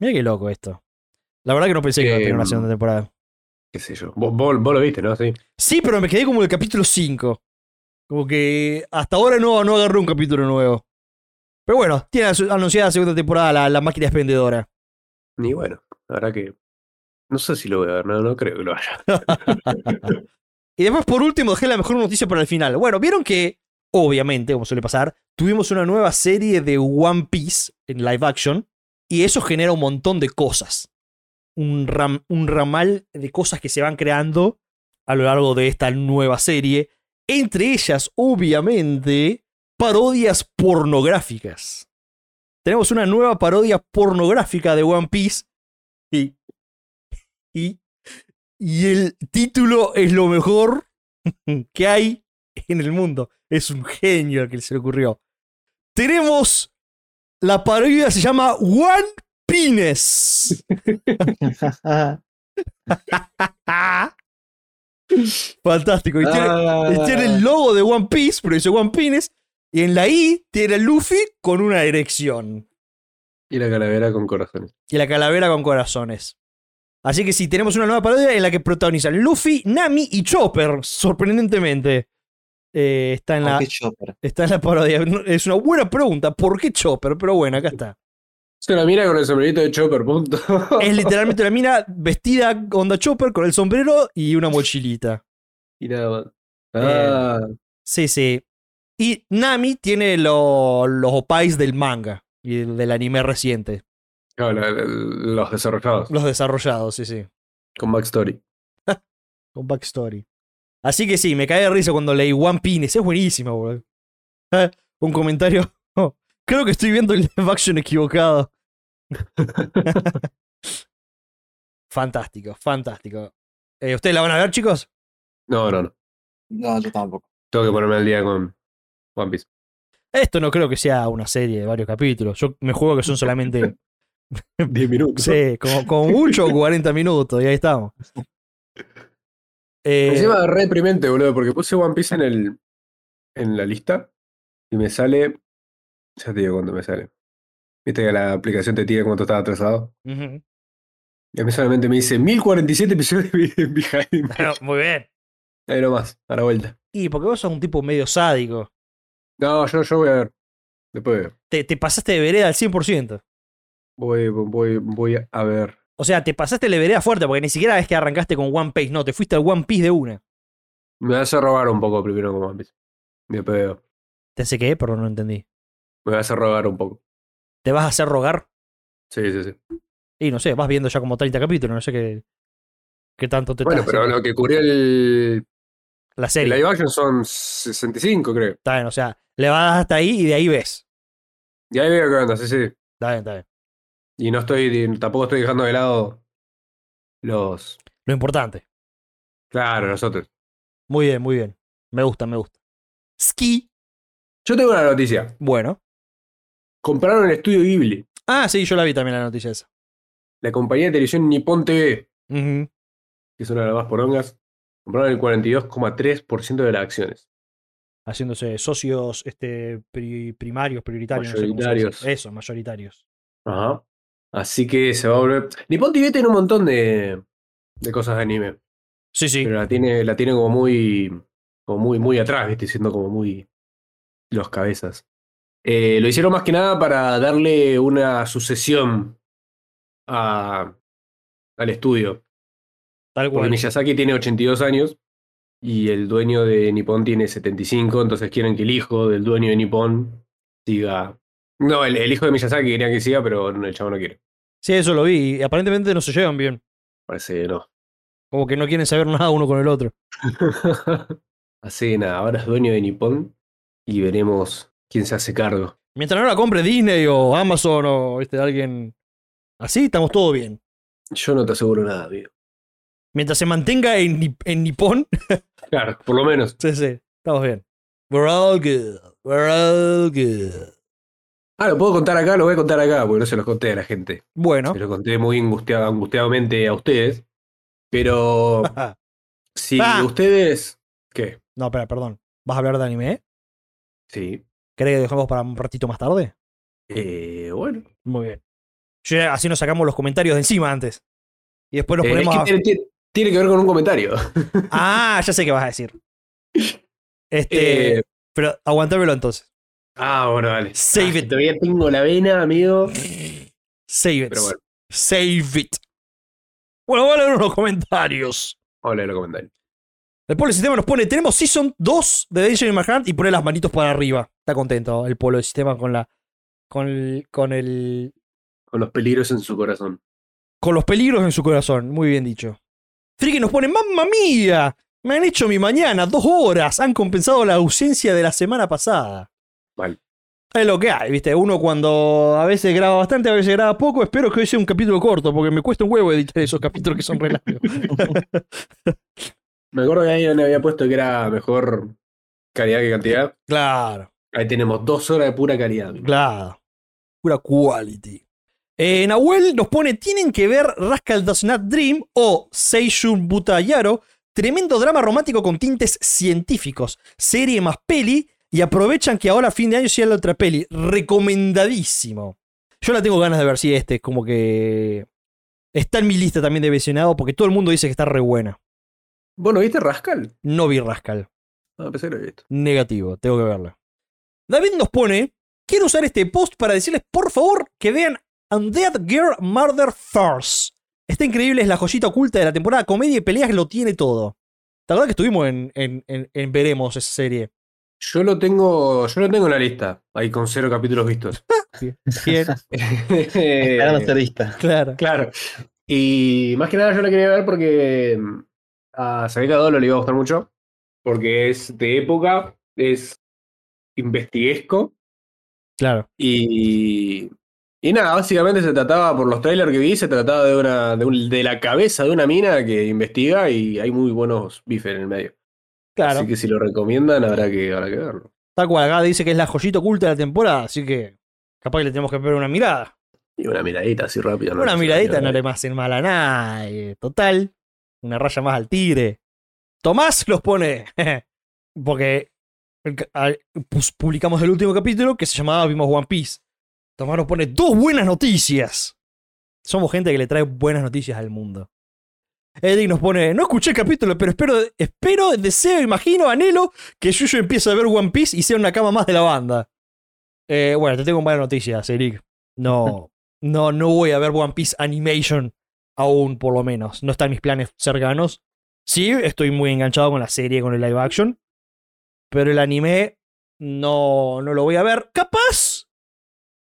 Speaker 1: Mira qué loco esto. La verdad que no pensé que iba a tener una
Speaker 2: Em.
Speaker 1: segunda temporada.
Speaker 2: Qué sé yo. Vos, vos, vos lo viste, ¿no? Sí.
Speaker 1: Sí, pero me quedé como en el capítulo 5. Como que hasta ahora no, no agarré un capítulo nuevo. Pero bueno, tiene asu- anunciada la segunda temporada la, la máquina expendedora.
Speaker 2: Y bueno, la verdad que. No sé si lo voy a ver, no, no creo que lo vaya.
Speaker 1: Y después, por último, dejé la mejor noticia para el final. Bueno, vieron que, obviamente, como suele pasar, tuvimos una nueva serie de One Piece en live action. Y eso genera un montón de cosas. Un, ram- un ramal de cosas que se van creando a lo largo de esta nueva serie. Entre ellas, obviamente, parodias pornográficas. Tenemos una nueva parodia pornográfica de One Piece. Y. Y. Y el título es lo mejor que hay en el mundo. Es un genio el que se le ocurrió. Tenemos. La parodia se llama One Pines. Fantástico. Y tiene, y tiene
Speaker 3: Ah.
Speaker 1: el logo de One Piece, pero dice One Pines. Y en la I tiene a Luffy con una erección.
Speaker 2: Y la calavera con corazones.
Speaker 1: Y la calavera con corazones. Así que sí, tenemos una nueva parodia en la que protagonizan Luffy, Nami y Chopper. Sorprendentemente. Eh, está, en
Speaker 3: Ah,
Speaker 1: la,
Speaker 3: qué chopper.
Speaker 1: está en la parodia. No, Es una buena pregunta. ¿Por qué Chopper? Pero bueno, acá está.
Speaker 2: Se la mira con el sombrerito de Chopper, punto.
Speaker 1: Es literalmente la mina vestida onda Chopper con el sombrero y una mochilita.
Speaker 2: y nada más. Ah,
Speaker 1: Sí, sí. Y Nami tiene lo- los opais del manga y del del anime reciente.
Speaker 2: no, la- la- los desarrollados.
Speaker 1: Los desarrollados, sí, sí.
Speaker 2: Con backstory.
Speaker 1: Con backstory. Así que sí, me cae de risa cuando leí One Piece. Es buenísimo, boludo. Ah, Un comentario. Oh, creo que estoy viendo el live action equivocado. fantástico, fantástico. Eh, ¿Ustedes la van a ver, chicos?
Speaker 2: No, no, no.
Speaker 3: No, yo tampoco.
Speaker 2: Tengo que ponerme al día con One Piece.
Speaker 1: Esto no creo que sea una serie de varios capítulos. Yo me juego que son solamente,
Speaker 2: 10 minutos.
Speaker 1: sí, como, como mucho 40 minutos y ahí estamos. Eh,
Speaker 2: Encima re deprimente, boludo, porque puse One Piece en el en la lista y me sale. Ya te digo cuándo me sale. Viste que la aplicación te tira cuánto estaba atrasado.
Speaker 1: ujú.
Speaker 2: Y a mí solamente me dice 1047 episodios de behind.
Speaker 1: Bueno, muy bien.
Speaker 2: Ahí nomás, a la vuelta.
Speaker 1: Y porque vos sos un tipo medio sádico.
Speaker 2: No, yo, yo voy a ver. Después veo.
Speaker 1: Te, te pasaste de vereda al 100%.
Speaker 2: Voy, voy, voy a ver.
Speaker 1: O sea, te pasaste de vereda fuerte porque ni siquiera es que arrancaste con One Piece. No, te fuiste al One Piece de una.
Speaker 2: Me vas a robar un poco primero con One Piece. Y Después veo.
Speaker 1: ¿Te hace qué? Perdón, no entendí.
Speaker 2: Me vas a robar un poco.
Speaker 1: ¿Te vas a hacer rogar?
Speaker 2: Sí, sí, sí.
Speaker 1: Y no sé, vas viendo ya como 30 capítulos. No sé qué, qué tanto te
Speaker 2: Bueno,
Speaker 1: estás
Speaker 2: pero
Speaker 1: haciendo.
Speaker 2: lo que cubrió el,
Speaker 1: La
Speaker 2: el
Speaker 1: serie.
Speaker 2: live action son 65, creo.
Speaker 1: Está bien, o sea, le vas hasta ahí y de ahí ves.
Speaker 2: Y ahí veo que onda, sí, sí.
Speaker 1: Está bien, está bien.
Speaker 2: Y no estoy, tampoco estoy dejando de lado los.
Speaker 1: Lo importante.
Speaker 2: Claro, nosotros.
Speaker 1: Muy bien, muy bien. Me gusta, me gusta. Ski.
Speaker 2: Yo tengo una noticia.
Speaker 1: Bueno.
Speaker 2: Compraron el estudio Ghibli,
Speaker 1: Ah, sí, yo la vi también la noticia esa.
Speaker 2: la compañía de televisión Nippon TV,
Speaker 1: Ujú.
Speaker 2: que es una de las más porongas. Compraron el 42,3% de las acciones.
Speaker 1: Haciéndose socios este, pri- primarios, prioritarios. no sé cómo se dice.
Speaker 2: Mayoritarios.
Speaker 1: Eso, mayoritarios.
Speaker 2: Ajá. Así que se va a volver. Nippon TV tiene un montón de, de cosas de anime.
Speaker 1: Sí, sí.
Speaker 2: Pero la tiene, la tiene como muy. como muy, muy atrás, ¿viste? Siendo como muy. los cabezas. Eh, lo hicieron más que nada para darle una sucesión a, al estudio.
Speaker 1: Tal
Speaker 2: Porque
Speaker 1: cual.
Speaker 2: Miyazaki tiene 82 años y el dueño de Nippon tiene 75, entonces quieren que el hijo del dueño de Nippon siga. No, el, el hijo de Miyazaki quería que siga, pero el chavo no quiere.
Speaker 1: Sí, eso lo vi. Y aparentemente no se llevan bien.
Speaker 2: Parece que no.
Speaker 1: Como que no quieren saber nada uno con el otro.
Speaker 2: Así que nada, ahora es dueño de Nippon y veremos quién se hace cargo.
Speaker 1: Mientras no la compre Disney o Amazon o este, alguien así, estamos todo bien.
Speaker 2: Yo no te aseguro nada, amigo.
Speaker 1: Mientras se mantenga en, Nip- en Nippon,
Speaker 2: Claro, por lo menos.
Speaker 1: sí, sí, estamos bien. We're all good. We're all good.
Speaker 2: Ah, lo puedo contar acá, lo voy a contar acá, porque no se los conté a la gente.
Speaker 1: Bueno.
Speaker 2: Se los conté muy angustiado, angustiadamente a ustedes. Pero si
Speaker 1: Ah.
Speaker 2: ustedes. ¿Qué?
Speaker 1: no, espera, perdón. ¿Vas a hablar de anime?
Speaker 2: Sí.
Speaker 1: ¿Querés que dejemos para un ratito más tarde?
Speaker 2: Eh, bueno.
Speaker 1: Muy bien. Yo ya- así nos sacamos los comentarios de encima antes. Y después nos
Speaker 2: Eh, es
Speaker 1: ponemos
Speaker 2: que
Speaker 1: a-
Speaker 2: tiene, tiene- tiene que ver con un comentario.
Speaker 1: Ah, ya sé qué vas a decir. Este.
Speaker 2: Eh,
Speaker 1: Pero aguantámelo entonces.
Speaker 2: ah, bueno, vale.
Speaker 1: Save
Speaker 2: Ah,
Speaker 1: it.
Speaker 2: Todavía tengo la vena, amigo.
Speaker 1: Eh, Save it.
Speaker 2: Pero bueno,
Speaker 1: Save it. Bueno, voy a leer unos comentarios.
Speaker 2: hola los comentarios.
Speaker 1: Después el sistema nos pone, tenemos Season 2 de Dungeon Manhunt y pone las manitos para arriba. Está contento el pueblo del sistema con la. Con el, con el.
Speaker 2: Con los peligros en su corazón.
Speaker 1: Con los peligros en su corazón. Muy bien dicho. Friki nos pone, ¡Mamma mía! Me han hecho mi mañana, dos horas. Han compensado la ausencia de la semana pasada.
Speaker 2: Mal.
Speaker 1: Es lo que hay, ¿viste? Uno cuando a veces graba bastante, a veces graba poco. Espero que hoy sea un capítulo corto, porque me cuesta un huevo editar esos capítulos que son re largos.
Speaker 2: Me acuerdo que ahí donde había puesto que era mejor calidad que cantidad.
Speaker 1: claro,
Speaker 2: Ahí tenemos dos horas de pura calidad.
Speaker 1: claro. Pura quality. Eh, Nahuel nos pone: tienen que ver Rascal Does Not Dream o Seishun Butayaro. Tremendo drama romántico con tintes científicos. Serie más peli. Y aprovechan que ahora a fin de año sea la otra peli. Recomendadísimo. Yo la tengo ganas de ver si este es como que. Está en mi lista también de visionado porque todo el mundo dice que está re buena.
Speaker 2: Bueno, ¿viste Rascal?
Speaker 1: No vi Rascal.
Speaker 2: Ah, pensé que lo había visto.
Speaker 1: Negativo, tengo que verla. David nos pone, quiero usar este post para decirles por favor que vean Undead Girl Murder First. Está increíble, es la joyita oculta de la temporada. Comedia y peleas lo tiene todo. La verdad que estuvimos en, en- en- en Veremos esa serie.
Speaker 2: Yo lo tengo, yo lo tengo en la lista. Ahí con cero capítulos vistos.
Speaker 1: Bien,
Speaker 2: Eh,
Speaker 3: Esperando ser vista.
Speaker 1: claro.
Speaker 2: Claro. Y más que nada yo la quería ver porque mm, a Sabeca Dolo le iba a gustar mucho. Porque es de época, es investiguesco.
Speaker 1: Claro.
Speaker 2: Y, y nada, básicamente se trataba, por los trailers que vi, se trataba de una de, un- de la cabeza de una mina que investiga y hay muy buenos bifes en el medio.
Speaker 1: Claro.
Speaker 2: Así que si lo recomiendan, habrá que, habrá que verlo.
Speaker 1: Tal cual, acá dice que es la joyita oculta de la temporada, así que capaz que le tenemos que pegar una mirada.
Speaker 2: Y una miradita así rápido.
Speaker 1: Una miradita no le hacen mal a nadie. Total. Una raya más al tigre. Tomás los pone. Porque el ca- al- pus- publicamos el último capítulo que se llamaba Vimos One Piece. Tomás nos pone dos buenas noticias. Somos gente que le trae buenas noticias al mundo. Eric nos pone, no escuché el capítulo, pero espero, espero, deseo, imagino, anhelo que Yuyo empiece a ver One Piece y sea una cama más de la banda. Eh, bueno, te tengo malas noticias, Eric. No, no, no voy a ver One Piece Animation aún, por lo menos. No están mis planes cercanos. Sí, estoy muy enganchado con la serie, con el live action. Pero el anime no, no lo voy a ver. Capaz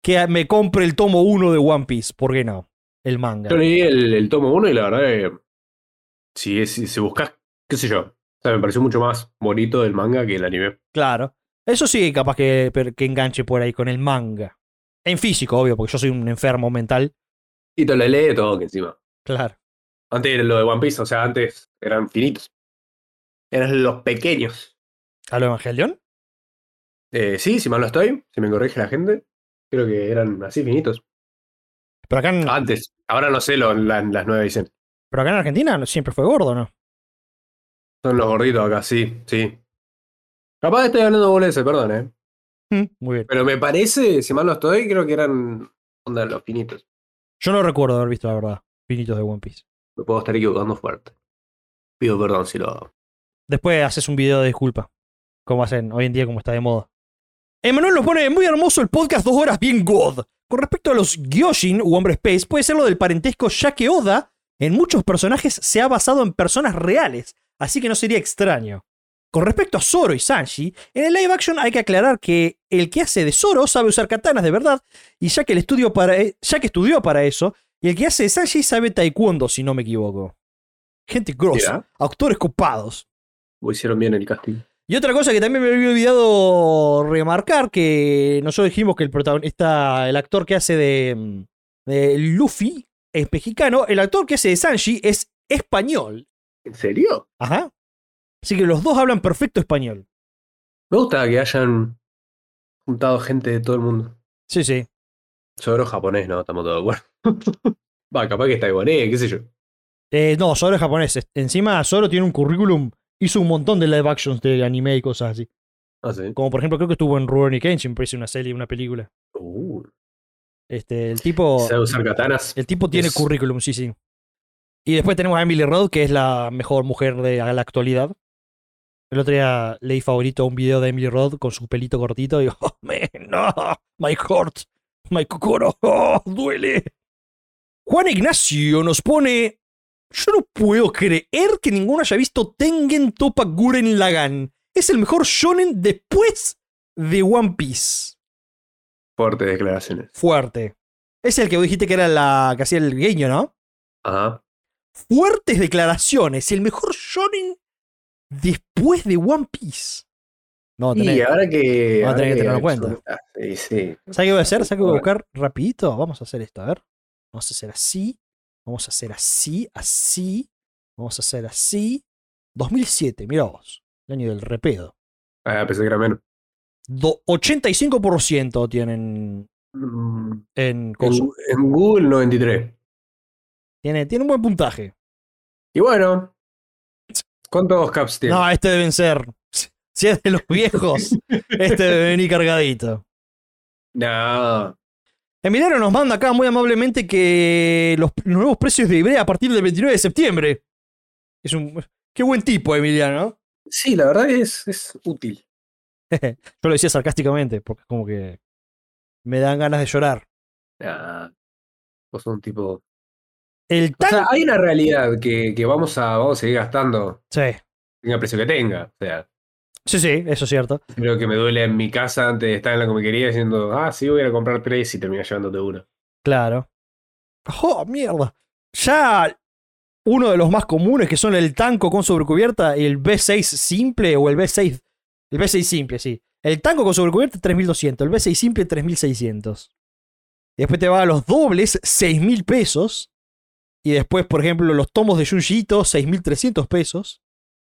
Speaker 1: que me compre el tomo 1 de One Piece. ¿Por qué no? El manga.
Speaker 2: Yo leí el, el tomo 1 y la verdad que si, es- si, si buscas, qué sé yo, o sea, me pareció mucho más bonito el manga que el anime.
Speaker 1: Claro. Eso sí, capaz que, per- que enganche por ahí con el manga. En físico, obvio, porque yo soy un enfermo mental.
Speaker 2: Y te lo leí todo que encima.
Speaker 1: Claro.
Speaker 2: Antes era lo de One Piece, o sea, antes eran finitos. Eran los pequeños.
Speaker 1: ¿A lo Evangelion?
Speaker 2: Eh, sí, si mal no estoy, si me corrige la gente, creo que eran así finitos.
Speaker 1: Pero acá en,
Speaker 2: Antes, ahora no sé lo- la- las nueve dicen.
Speaker 1: pero acá en Argentina siempre fue gordo, ¿no?
Speaker 2: Son los gorditos acá, sí, sí. Capaz estoy hablando boleses, perdón, eh.
Speaker 1: Mm, Muy bien.
Speaker 2: Pero me parece, si mal no estoy, creo que eran onda, los finitos.
Speaker 1: Yo no recuerdo haber visto, la verdad, pinitos de One Piece.
Speaker 2: Me puedo estar equivocando fuerte. Pido perdón si lo hago.
Speaker 1: Después haces un video de disculpa. Como hacen hoy en día, como está de moda. Emanuel nos pone muy hermoso el podcast dos horas bien god. Con respecto a los Gyoshin u Hombre Space, puede ser lo del parentesco ya que Oda en muchos personajes se ha basado en personas reales, así que no sería extraño. Con respecto a Zoro y Sanji, en el live action hay que aclarar que el que hace de Zoro sabe usar katanas de verdad, y ya que, el estudio para, e, ya que estudió para eso, y el que hace de Sanji sabe taekwondo, si no me equivoco. Gente grosa,
Speaker 2: Mirá,
Speaker 1: actores copados.
Speaker 2: o hicieron bien el casting.
Speaker 1: Y otra cosa que también me había olvidado remarcar, que nosotros dijimos que el protagonista, el actor que hace de, mm, de Luffy es mexicano, el actor que hace de Sanji es español.
Speaker 2: ¿En serio?
Speaker 1: Ajá. Así que los dos hablan perfecto español.
Speaker 2: Me gusta que hayan juntado gente de todo el mundo.
Speaker 1: Sí, sí.
Speaker 2: Sobre japonés, no, estamos todos de acuerdo. Va, capaz que es taiwanés, qué sé yo.
Speaker 1: Eh, no, Zoro es japonés. Encima Zoro tiene un currículum, hizo un montón de live actions de anime y cosas así.
Speaker 2: Ah, sí.
Speaker 1: Como por ejemplo creo que estuvo en Rurouni Kenshin, parece una serie, una película.
Speaker 2: Uh,
Speaker 1: Este, el tipo...
Speaker 2: sabe usar katanas.
Speaker 1: El tipo tiene
Speaker 2: Es-
Speaker 1: currículum, sí, sí. Y después tenemos a Emily Rod, que es la mejor mujer de la actualidad. El otro día leí favorito un video de Emily Rod con su pelito cortito y digo, oh, man, no, my heart, my kokoro, oh, duele. Juan Ignacio nos pone, Yo no puedo creer que ninguno haya visto Tengen Topa Guren Lagan. Es el mejor shonen después de One Piece.
Speaker 2: Fuertes declaraciones.
Speaker 1: Fuerte. Es el que vos dijiste que era la que hacía el guiño, ¿no?
Speaker 2: Ajá.
Speaker 1: Fuertes declaraciones. El mejor shonen después de One Piece. No,
Speaker 2: Y
Speaker 1: tenés.
Speaker 2: ahora que.
Speaker 1: Vamos a
Speaker 2: ahora
Speaker 1: tener que tenerlo en cuenta.
Speaker 2: resulta- Sí, sí.
Speaker 1: ¿Sabes qué voy a hacer? ¿Sabes qué voy a
Speaker 2: Bueno.
Speaker 1: buscar rapidito? Vamos a hacer esto, a ver. Vamos a hacer así. Vamos a hacer así, así. Vamos a hacer así. 2007, mira vos. El año del repedo.
Speaker 2: Ah, pensé que era menos.
Speaker 1: Do- 85% tienen
Speaker 2: Mm,
Speaker 1: en
Speaker 2: En,
Speaker 1: coso.
Speaker 2: en Google 93.
Speaker 1: Tiene, tiene un buen puntaje.
Speaker 2: Y bueno. ¿Cuántos caps tiene?
Speaker 1: No, este deben ser. Si es de los viejos, este debe venir cargadito.
Speaker 2: No.
Speaker 1: Emiliano nos manda acá muy amablemente que los nuevos precios de Ibrea a partir del 29 de septiembre. Es un. Qué buen tipo, Emiliano.
Speaker 2: Sí, la verdad es, es útil.
Speaker 1: Yo lo decía sarcásticamente, porque es como que me dan ganas de llorar.
Speaker 2: Nah, Ah, vos sos un tipo.
Speaker 1: El
Speaker 2: O
Speaker 1: tan...
Speaker 2: sea, hay una realidad que, que vamos, a, vamos a seguir gastando,
Speaker 1: sí,
Speaker 2: tenga el precio que tenga. O sea,
Speaker 1: sí, sí, eso es cierto.
Speaker 2: creo que me duele en mi casa antes de estar en la comiquería diciendo, ah, sí, voy a ir a comprar tres y terminas llevándote uno.
Speaker 1: Claro. ¡Oh, mierda! Ya uno de los más comunes que son el tanco con sobrecubierta y el B6 simple o el B6... El B6 simple, sí. El tanco con sobrecubierta 3200, el B6 simple 3600. Y después te va a los dobles 6000 pesos. Y después, por ejemplo, los tomos de Yuyito 6300 pesos.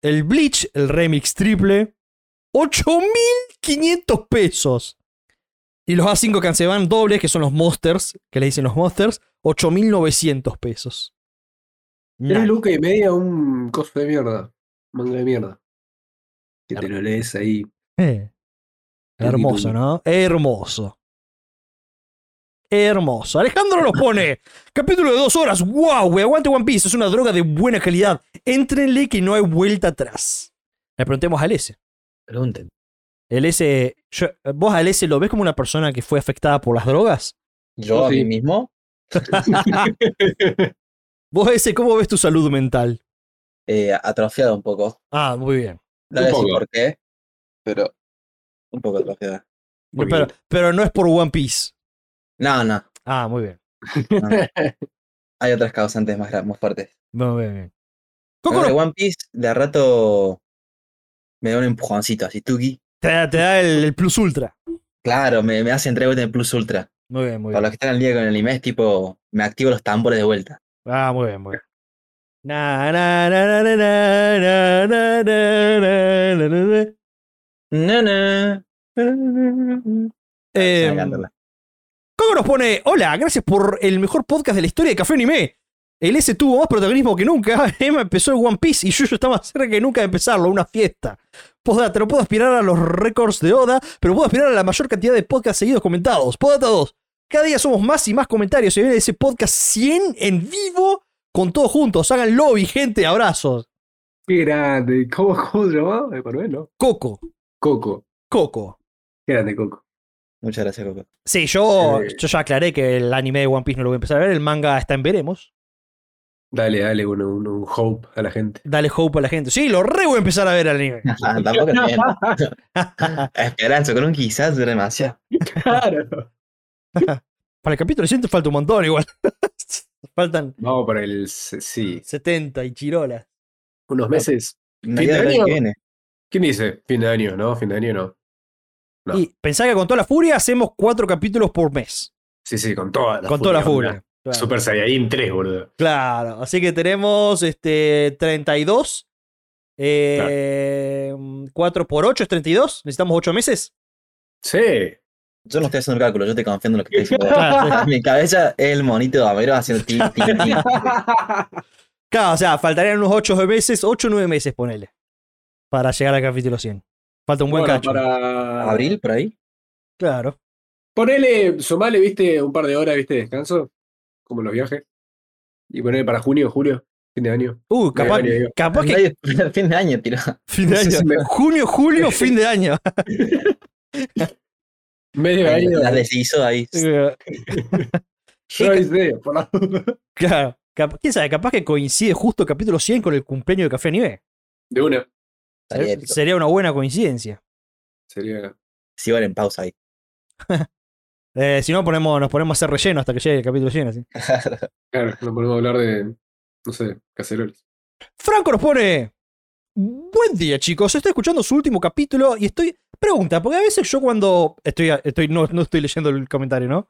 Speaker 1: El Bleach, el remix triple 8500 pesos. Y los A5 que se van dobles, que son los Monsters, que le dicen los Monsters, 8.900 pesos.
Speaker 2: Tres
Speaker 1: Nah,
Speaker 2: lucas y media, un costo de mierda. Manga de mierda. Que te lo lees ahí.
Speaker 1: eh. Hermoso, ¿no? Hermoso. Hermoso. Alejandro nos pone. Capítulo de dos horas. ¡Wow! wey, aguante One Piece. Es una droga de buena calidad. Éntrenle que no hay vuelta atrás. Le preguntemos al S.
Speaker 3: Pregunten.
Speaker 1: El S. yo- ¿Vos al S lo ves como una persona que fue afectada por las drogas?
Speaker 3: ¿Yo
Speaker 2: Yo
Speaker 3: a
Speaker 2: Oh, sí.
Speaker 3: mí mismo?
Speaker 1: ¿Vos S, cómo ves tu salud mental?
Speaker 3: eh, atrofiado un poco.
Speaker 1: Ah, muy bien.
Speaker 2: Un
Speaker 3: No voy a decir
Speaker 2: poco.
Speaker 3: por qué, pero un poco atrofiada.
Speaker 2: Muy
Speaker 1: Pero,
Speaker 2: bien.
Speaker 1: pero no es por One Piece.
Speaker 3: No, no.
Speaker 1: Ah, muy bien.
Speaker 3: Hay otras causantes más, gra- más fuertes.
Speaker 1: Muy bien, bien.
Speaker 3: Pero
Speaker 1: Coco
Speaker 3: de
Speaker 1: nos-
Speaker 3: One Piece, de a rato me da un empujoncito así, tuki.
Speaker 1: te, da- te da el, el plus ultra.
Speaker 3: Claro, me, me hace entrar de vuelta en el Plus Ultra.
Speaker 1: Muy bien, muy
Speaker 3: Para
Speaker 1: bien.
Speaker 3: los que están al día con el anime, es tipo, me activo los tambores de vuelta.
Speaker 1: Ah, muy bien, muy bien. Na, na, na, na, na, na, na, na, na, na, na, na.
Speaker 3: Na, na, na, na, na.
Speaker 1: Eh,
Speaker 3: Sabe cantarla.
Speaker 1: Coco nos pone, hola, gracias por el mejor podcast de la historia de Café Anime. El S tuvo más protagonismo que nunca. Emma empezó el One Piece y Yuyo está más cerca que nunca de empezarlo, una fiesta. Podata, no puedo aspirar a los récords de Oda, pero puedo aspirar a la mayor cantidad de podcasts seguidos comentados. Podata 2. Cada día somos más y más comentarios. Se viene ese podcast 100 en vivo con todos juntos. Hagan lobby, gente. Abrazos.
Speaker 2: Qué grande. ¿Cómo, cómo se llamaba? De Manuel, ¿no?
Speaker 1: Coco.
Speaker 2: Coco.
Speaker 1: Coco.
Speaker 2: Qué grande, Coco.
Speaker 3: Muchas gracias, Coco.
Speaker 1: Sí, yo,
Speaker 2: Eh.
Speaker 1: yo ya aclaré que el anime de One Piece no lo voy a empezar a ver. El manga está en veremos.
Speaker 2: Dale, dale un, un, un hope a la gente.
Speaker 1: Dale hope a la gente. Sí, lo re voy a empezar a ver al anime.
Speaker 3: Ah, Tampoco es bien. Esperanza, con un quizás dura demasiado.
Speaker 2: claro.
Speaker 1: Para el capítulo 100 falta un montón igual. Faltan
Speaker 2: Vamos para el. se- Sí.
Speaker 1: 70 y chirolas.
Speaker 2: Unos meses.
Speaker 3: Navidad del año
Speaker 2: año?
Speaker 3: que viene.
Speaker 2: ¿Quién dice? Fin de año, ¿no? Fin de año no. No.
Speaker 1: Y pensá que con toda la furia hacemos cuatro capítulos por mes.
Speaker 2: Sí, sí, con toda la
Speaker 1: con toda la
Speaker 2: onda.
Speaker 1: furia. Claro.
Speaker 2: Super Saiyajin 3, boludo.
Speaker 1: Claro. Así que tenemos este 32. Eh, 4 por 8 es 32. Necesitamos 8 meses.
Speaker 2: Sí.
Speaker 3: Yo no estoy haciendo el cálculo, yo te confío en lo que estoy diciendo.
Speaker 1: Claro,
Speaker 3: En Mi cabeza es el monito de Homero haciendo tin, tin, tin.
Speaker 1: Claro, o sea, faltarían unos 8 meses, 8 o 9 meses, ponele. Para llegar al capítulo 100. Falta un buen
Speaker 2: Bueno,
Speaker 1: cacho.
Speaker 2: para-
Speaker 3: ¿Abril por ahí?
Speaker 1: Claro.
Speaker 2: Ponele, sumale, viste, un par de horas, viste, de descanso, como los viajes. Y ponele para junio, julio, fin de año.
Speaker 1: Uh, capaz,
Speaker 2: año, digo.
Speaker 1: capaz que
Speaker 3: Nadie- fin de año, tiro.
Speaker 1: Fin de
Speaker 2: Sí,
Speaker 1: año.
Speaker 2: sí, me-
Speaker 1: Junio, julio, fin de año.
Speaker 2: Medio
Speaker 3: Ahí,
Speaker 2: año.
Speaker 3: Las deshizo ahí.
Speaker 2: Yo avisé, por la duda.
Speaker 1: claro. Cap- ¿Quién sabe? Capaz que coincide justo capítulo 100 con el cumpleaños de Café Anime.
Speaker 2: De una.
Speaker 3: Estaría
Speaker 1: Ser-
Speaker 3: épico.
Speaker 1: Sería una buena coincidencia.
Speaker 2: Sería.
Speaker 3: Si van en pausa ahí.
Speaker 1: Eh, si no, ponemos, nos ponemos a hacer relleno hasta que llegue el capítulo 100. así.
Speaker 2: Claro, no podemos hablar de. No sé, caceroles.
Speaker 1: Franco nos pone. Buen día, chicos. Estoy escuchando su último capítulo y estoy. Pregunta, porque a veces yo cuando. Estoy, estoy, no, no estoy leyendo el comentario, ¿no?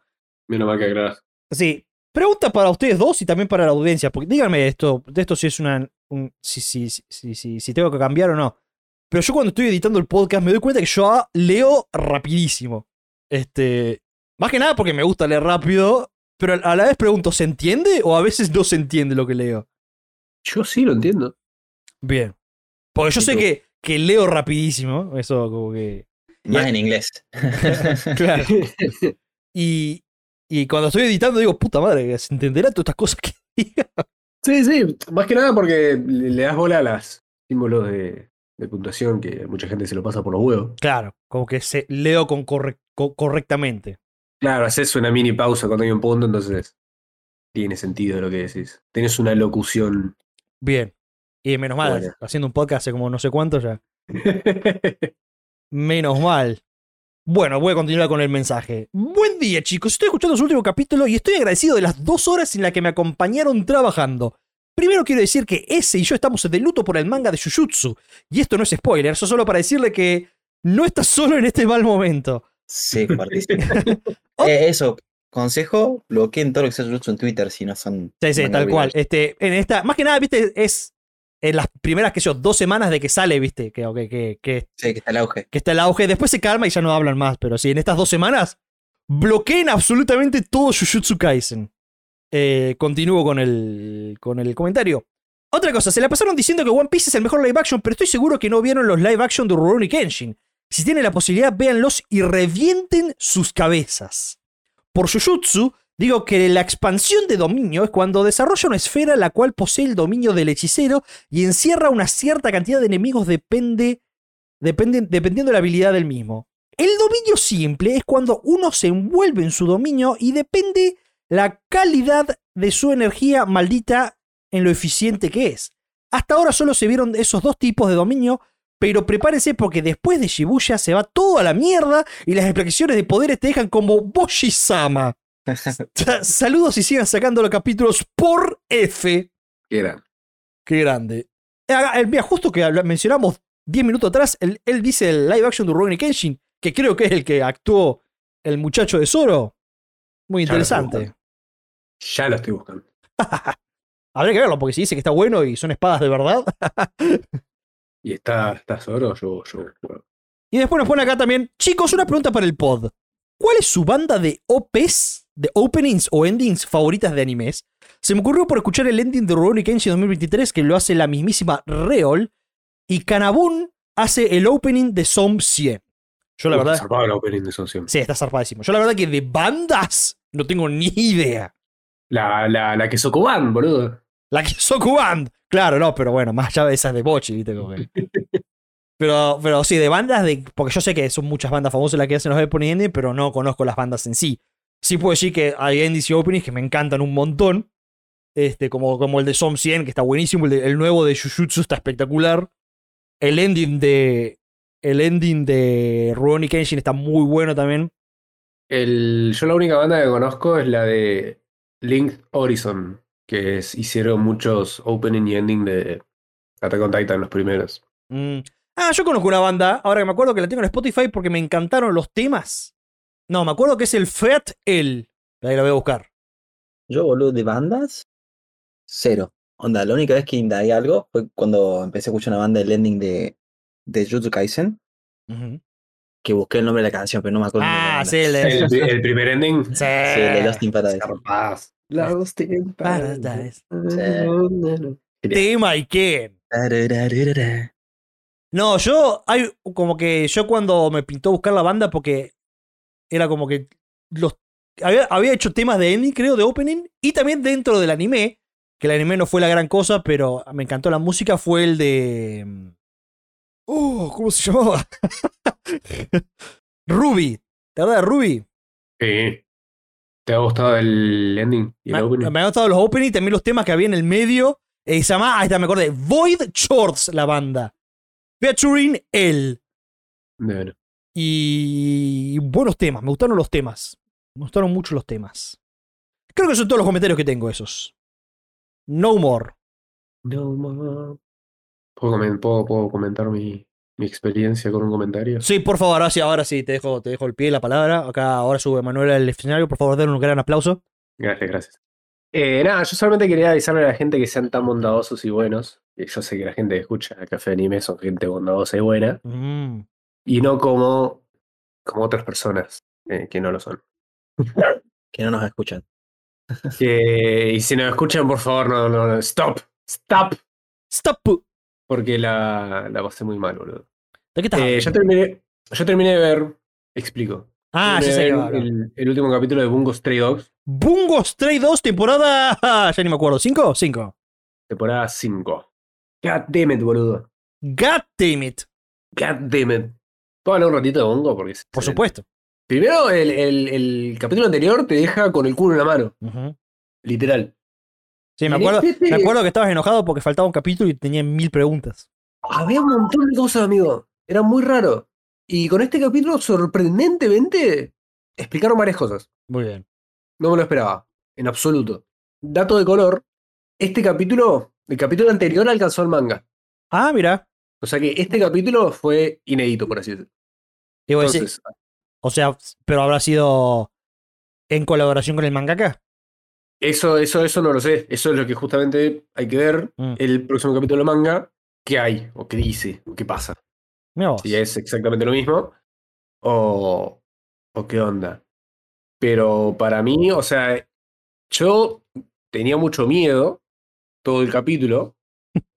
Speaker 2: Menos mal que aclarás.
Speaker 1: Sí. Pregunta para ustedes dos y también para la audiencia. Porque díganme esto, de esto si es una. un- si, si, si, si- si- si tengo que cambiar o no. Pero yo cuando estoy editando el podcast me doy cuenta que yo leo rapidísimo. Este. Más que nada porque me gusta leer rápido. Pero a la vez pregunto, ¿se entiende? O a veces no se entiende lo que leo.
Speaker 2: Yo sí lo entiendo.
Speaker 1: Bien. Porque yo
Speaker 3: ¿Y
Speaker 1: sé
Speaker 3: tú?
Speaker 1: que, que leo rapidísimo. Eso como que.
Speaker 3: Más en inglés.
Speaker 1: Claro. Y, y cuando estoy editando digo, puta madre, ¿se entenderá todas estas cosas que diga?
Speaker 2: Sí, sí, más que nada porque le le das bola a las símbolos de, de puntuación que mucha gente se lo pasa por los huevos.
Speaker 1: Claro, como que se leo con corre- co- correctamente.
Speaker 2: Claro, haces una mini pausa cuando hay un punto, entonces tiene sentido lo que decís. Tienes una locución.
Speaker 1: Bien. Y menos mal,
Speaker 2: Bueno.
Speaker 1: haciendo un podcast hace como no sé cuánto ya. Menos mal. Bueno, voy a continuar con el mensaje. Buen día, chicos. Estoy escuchando su último capítulo y estoy agradecido de las dos horas en las que me acompañaron trabajando. Primero quiero decir que ese y yo estamos de luto por el manga de Jujutsu. Y esto no es spoiler, eso solo para decirle que no estás solo en este mal momento.
Speaker 3: Sí, compartísimo.
Speaker 1: Oh.
Speaker 3: Eh, eso, consejo, bloqueen todo lo que sea Jujutsu en Twitter si no son.
Speaker 1: Sí, sí,
Speaker 3: manga
Speaker 1: tal cual.
Speaker 3: videos.
Speaker 1: Este, en esta, más que nada, viste, es en las primeras, que yo, dos semanas de que sale, viste, que, que, que, que
Speaker 3: Sí, que está el auge.
Speaker 1: que está el auge. Después se calma y ya no hablan más, pero sí, en estas dos semanas bloqueen absolutamente todo Jujutsu Kaisen. Eh, continúo con el, con el comentario. Otra cosa, se la pasaron diciendo que One Piece es el mejor live action, pero estoy seguro que no vieron los live action de Rurouni Kenshin. Si tienen la posibilidad, véanlos y revienten sus cabezas. Por Jujutsu, digo que la expansión de dominio es cuando desarrolla una esfera la cual posee el dominio del hechicero y encierra una cierta cantidad de enemigos depende dependen- dependiendo de la habilidad del mismo. El dominio simple es cuando uno se envuelve en su dominio y depende la calidad de su energía maldita en lo eficiente que es. Hasta ahora solo se vieron esos dos tipos de dominio, pero prepárense porque después de Shibuya se va todo a la mierda y las explicaciones de poderes te dejan como Boshi-sama. Sa- Saludos y sigan sacando los capítulos por F.
Speaker 2: ¿Qué era?
Speaker 1: Qué grande. Ah, el- Mira, justo que habla- mencionamos 10 minutos atrás, él, él dice el live action de Rurouni Kenshin, que creo que es el que actuó el muchacho de Zoro. Muy
Speaker 2: Claro,
Speaker 1: interesante.
Speaker 2: seguro. Ya lo estoy buscando.
Speaker 1: Habría que verlo, porque si dice que está bueno y son espadas de verdad.
Speaker 2: Y está, está solo, yo, yo. bueno.
Speaker 1: Y después nos pone acá también, chicos, una pregunta para el pod. ¿Cuál es su banda de OPs, de openings o endings favoritas de animes? Se me ocurrió por escuchar el ending de Rurouni Kenshin 2023 que lo hace la mismísima Reol y Kanabun hace el opening de Som 100. Yo la
Speaker 2: Uh,
Speaker 1: verdad
Speaker 2: zarpado el opening de Son Cien.
Speaker 1: Sí, está zarpadísimo. Yo la verdad que de bandas no tengo ni idea.
Speaker 2: La, la, la que Socoban, boludo.
Speaker 1: La que Soku Band. Claro, no, pero bueno, más allá de esas de Bochi, ¿viste? Como que- Pero, pero sí, de bandas de. Porque yo sé que son muchas bandas famosas las que hacen los opening endings, E, pero no conozco las bandas en sí. Sí puedo decir que hay endings y openings que me encantan un montón. Este, como, como el de Som 100, que está buenísimo. El, de- el nuevo de Jujutsu está espectacular. El ending de. El ending de Rurouni Kenshin está muy bueno también.
Speaker 2: El, yo la única banda que conozco es la de Link Horizon, que es- hicieron muchos opening y ending de Attack on Titan, los primeros.
Speaker 1: Mm. Ah, yo conozco una banda, ahora que me acuerdo que la tengo en Spotify porque me encantaron los temas. No, me acuerdo que es el Fiat El. Ahí la voy a buscar.
Speaker 3: Yo, boludo, de bandas, cero. Onda, la única vez que indagué algo fue cuando empecé a escuchar una banda del ending de, de Jujutsu Kaisen,
Speaker 1: Ujú.
Speaker 3: que busqué el nombre de la canción, pero no me acuerdo. el nombre de la
Speaker 1: Ah,
Speaker 3: banda.
Speaker 1: sí, el de.
Speaker 2: El, pri- el primer ending.
Speaker 1: Sí.
Speaker 3: Sí, el de Lost in Paradise.
Speaker 2: Zarpás. Lost in
Speaker 1: Paradise.
Speaker 2: Paradise.
Speaker 1: Tema y Ken.
Speaker 3: Tarararara.
Speaker 1: No, yo hay como que yo cuando me pintó buscar la banda porque era como que los había, había hecho temas de ending, creo, de opening y también dentro del anime, que el anime no fue la gran cosa, pero me encantó la música fue el de Oh, ¿cómo se llamaba? Ruby, ¿te acuerdas de Ruby?
Speaker 2: Sí. ¿Te ha gustado el ending y el
Speaker 1: Me,
Speaker 2: opening?
Speaker 1: me han gustado los openings, también los temas que había en el medio. Eh, se llama, ahí está, me acordé, Void Shorts, la banda. Featuring él.
Speaker 2: De ver.
Speaker 1: Y buenos temas, me gustaron los temas. Me gustaron mucho los temas. Creo que son todos los comentarios que tengo esos. No more.
Speaker 2: No more. ¿Puedo, comen- puedo- puedo comentar mi, mi experiencia con un comentario?
Speaker 1: Sí, por favor, ahora sí, ahora sí, te dejo, te dejo el pie y la palabra. Acá ahora sube Manuel al escenario, por favor, denle un gran aplauso.
Speaker 2: Gracias, gracias. Eh, nada, yo solamente quería avisarle a la gente que sean tan bondadosos y buenos. Eh, Yo sé que la gente que escucha Café Anime son gente bondadosa y buena.
Speaker 1: Mm.
Speaker 2: Y no como, como otras personas eh, que no lo son.
Speaker 3: Que no nos escuchan.
Speaker 2: Que- Eh, y si nos escuchan, por favor, no, no, no, stop, stop,
Speaker 1: Stop.
Speaker 2: porque la, la pasé muy mal, boludo.
Speaker 1: ¿De qué estás
Speaker 2: Eh,
Speaker 1: hablando?
Speaker 2: yo, terminé, yo terminé de ver, explico.
Speaker 1: Ah, ya
Speaker 2: Terminé
Speaker 1: sé
Speaker 2: de
Speaker 1: que
Speaker 2: ver
Speaker 1: va. va.
Speaker 2: el, el último capítulo de Bungo Stray Dogs,
Speaker 1: Bungo Stray 2, temporada. Ya ni me acuerdo. ¿Cinco? Cinco.
Speaker 2: temporada 5. God damn it, boludo.
Speaker 1: God damn it.
Speaker 2: God damn it. ¿Puedo hablar un ratito de Bungo? Porque es
Speaker 1: Por
Speaker 2: excelente.
Speaker 1: supuesto.
Speaker 2: Primero, el, el- el capítulo anterior te deja con el culo en la mano,
Speaker 1: Ujú.
Speaker 2: literal.
Speaker 1: Sí, me
Speaker 2: En
Speaker 1: acuerdo,
Speaker 2: este-
Speaker 1: me acuerdo que estabas enojado porque faltaba un capítulo y tenía mil preguntas.
Speaker 2: Había un montón de cosas, amigo. Era muy raro. Y con este capítulo, sorprendentemente, explicaron varias cosas.
Speaker 1: Muy bien.
Speaker 2: No me lo esperaba, en absoluto. Dato de color, este capítulo, el capítulo anterior alcanzó el manga.
Speaker 1: Ah, mira.
Speaker 2: O sea que este capítulo fue inédito, por así decirlo.
Speaker 1: Te iba a decir-
Speaker 2: Entonces,
Speaker 1: o sea, pero habrá sido en colaboración con el mangaka.
Speaker 2: eso, eso, eso no lo sé. Eso es lo que justamente hay que ver
Speaker 1: Mm.
Speaker 2: el próximo capítulo del manga. ¿Qué hay? ¿O qué dice? ¿O qué pasa?
Speaker 1: Mira vos.
Speaker 2: si es exactamente lo mismo o, o qué onda. Pero para mí, o sea, yo tenía mucho miedo todo el capítulo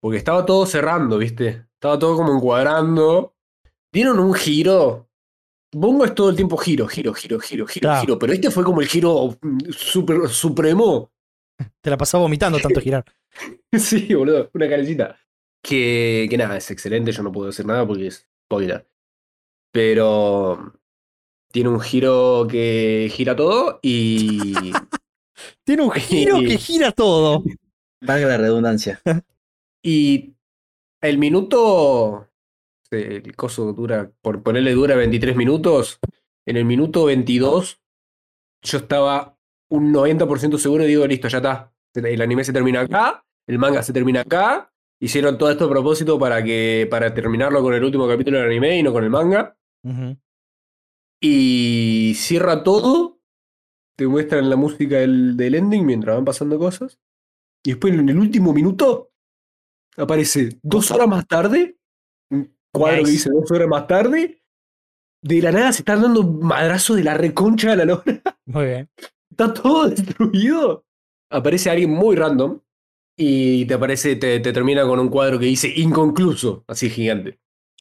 Speaker 2: porque estaba todo cerrando, ¿viste? Estaba todo como encuadrando. Dieron un giro. Bungo es todo el tiempo giro, giro, giro, giro, giro,
Speaker 1: Claro.
Speaker 2: giro. Pero este fue como el giro mm, super, supremo.
Speaker 1: Te la pasaba vomitando tanto girar.
Speaker 2: Sí, boludo, una carecita. Que, que nada, es excelente, yo no puedo decir nada porque es spoiler. Pero tiene un giro que gira todo y...
Speaker 1: Tiene un giro que gira todo.
Speaker 3: Valga la redundancia.
Speaker 2: y el minuto... este, El coso dura, por ponerle dura 23 minutos. En el minuto 22 yo estaba un 90% seguro y digo, listo, ya está. El anime se termina acá, el manga se termina acá. Hicieron todo esto a propósito para que para terminarlo con el último capítulo del anime y no con el manga.
Speaker 1: Ujú.
Speaker 2: Y cierra todo. Te muestran la música del, del ending mientras van pasando cosas. Y después en el último minuto aparece dos horas más tarde. Un cuadro que
Speaker 1: Nice.
Speaker 2: dice dos horas más tarde. De la nada se están dando madrazos de la reconcha de la lora.
Speaker 1: Muy bien.
Speaker 2: Está todo destruido. Aparece alguien muy random y te aparece, te, te termina con un cuadro que dice inconcluso, así gigante.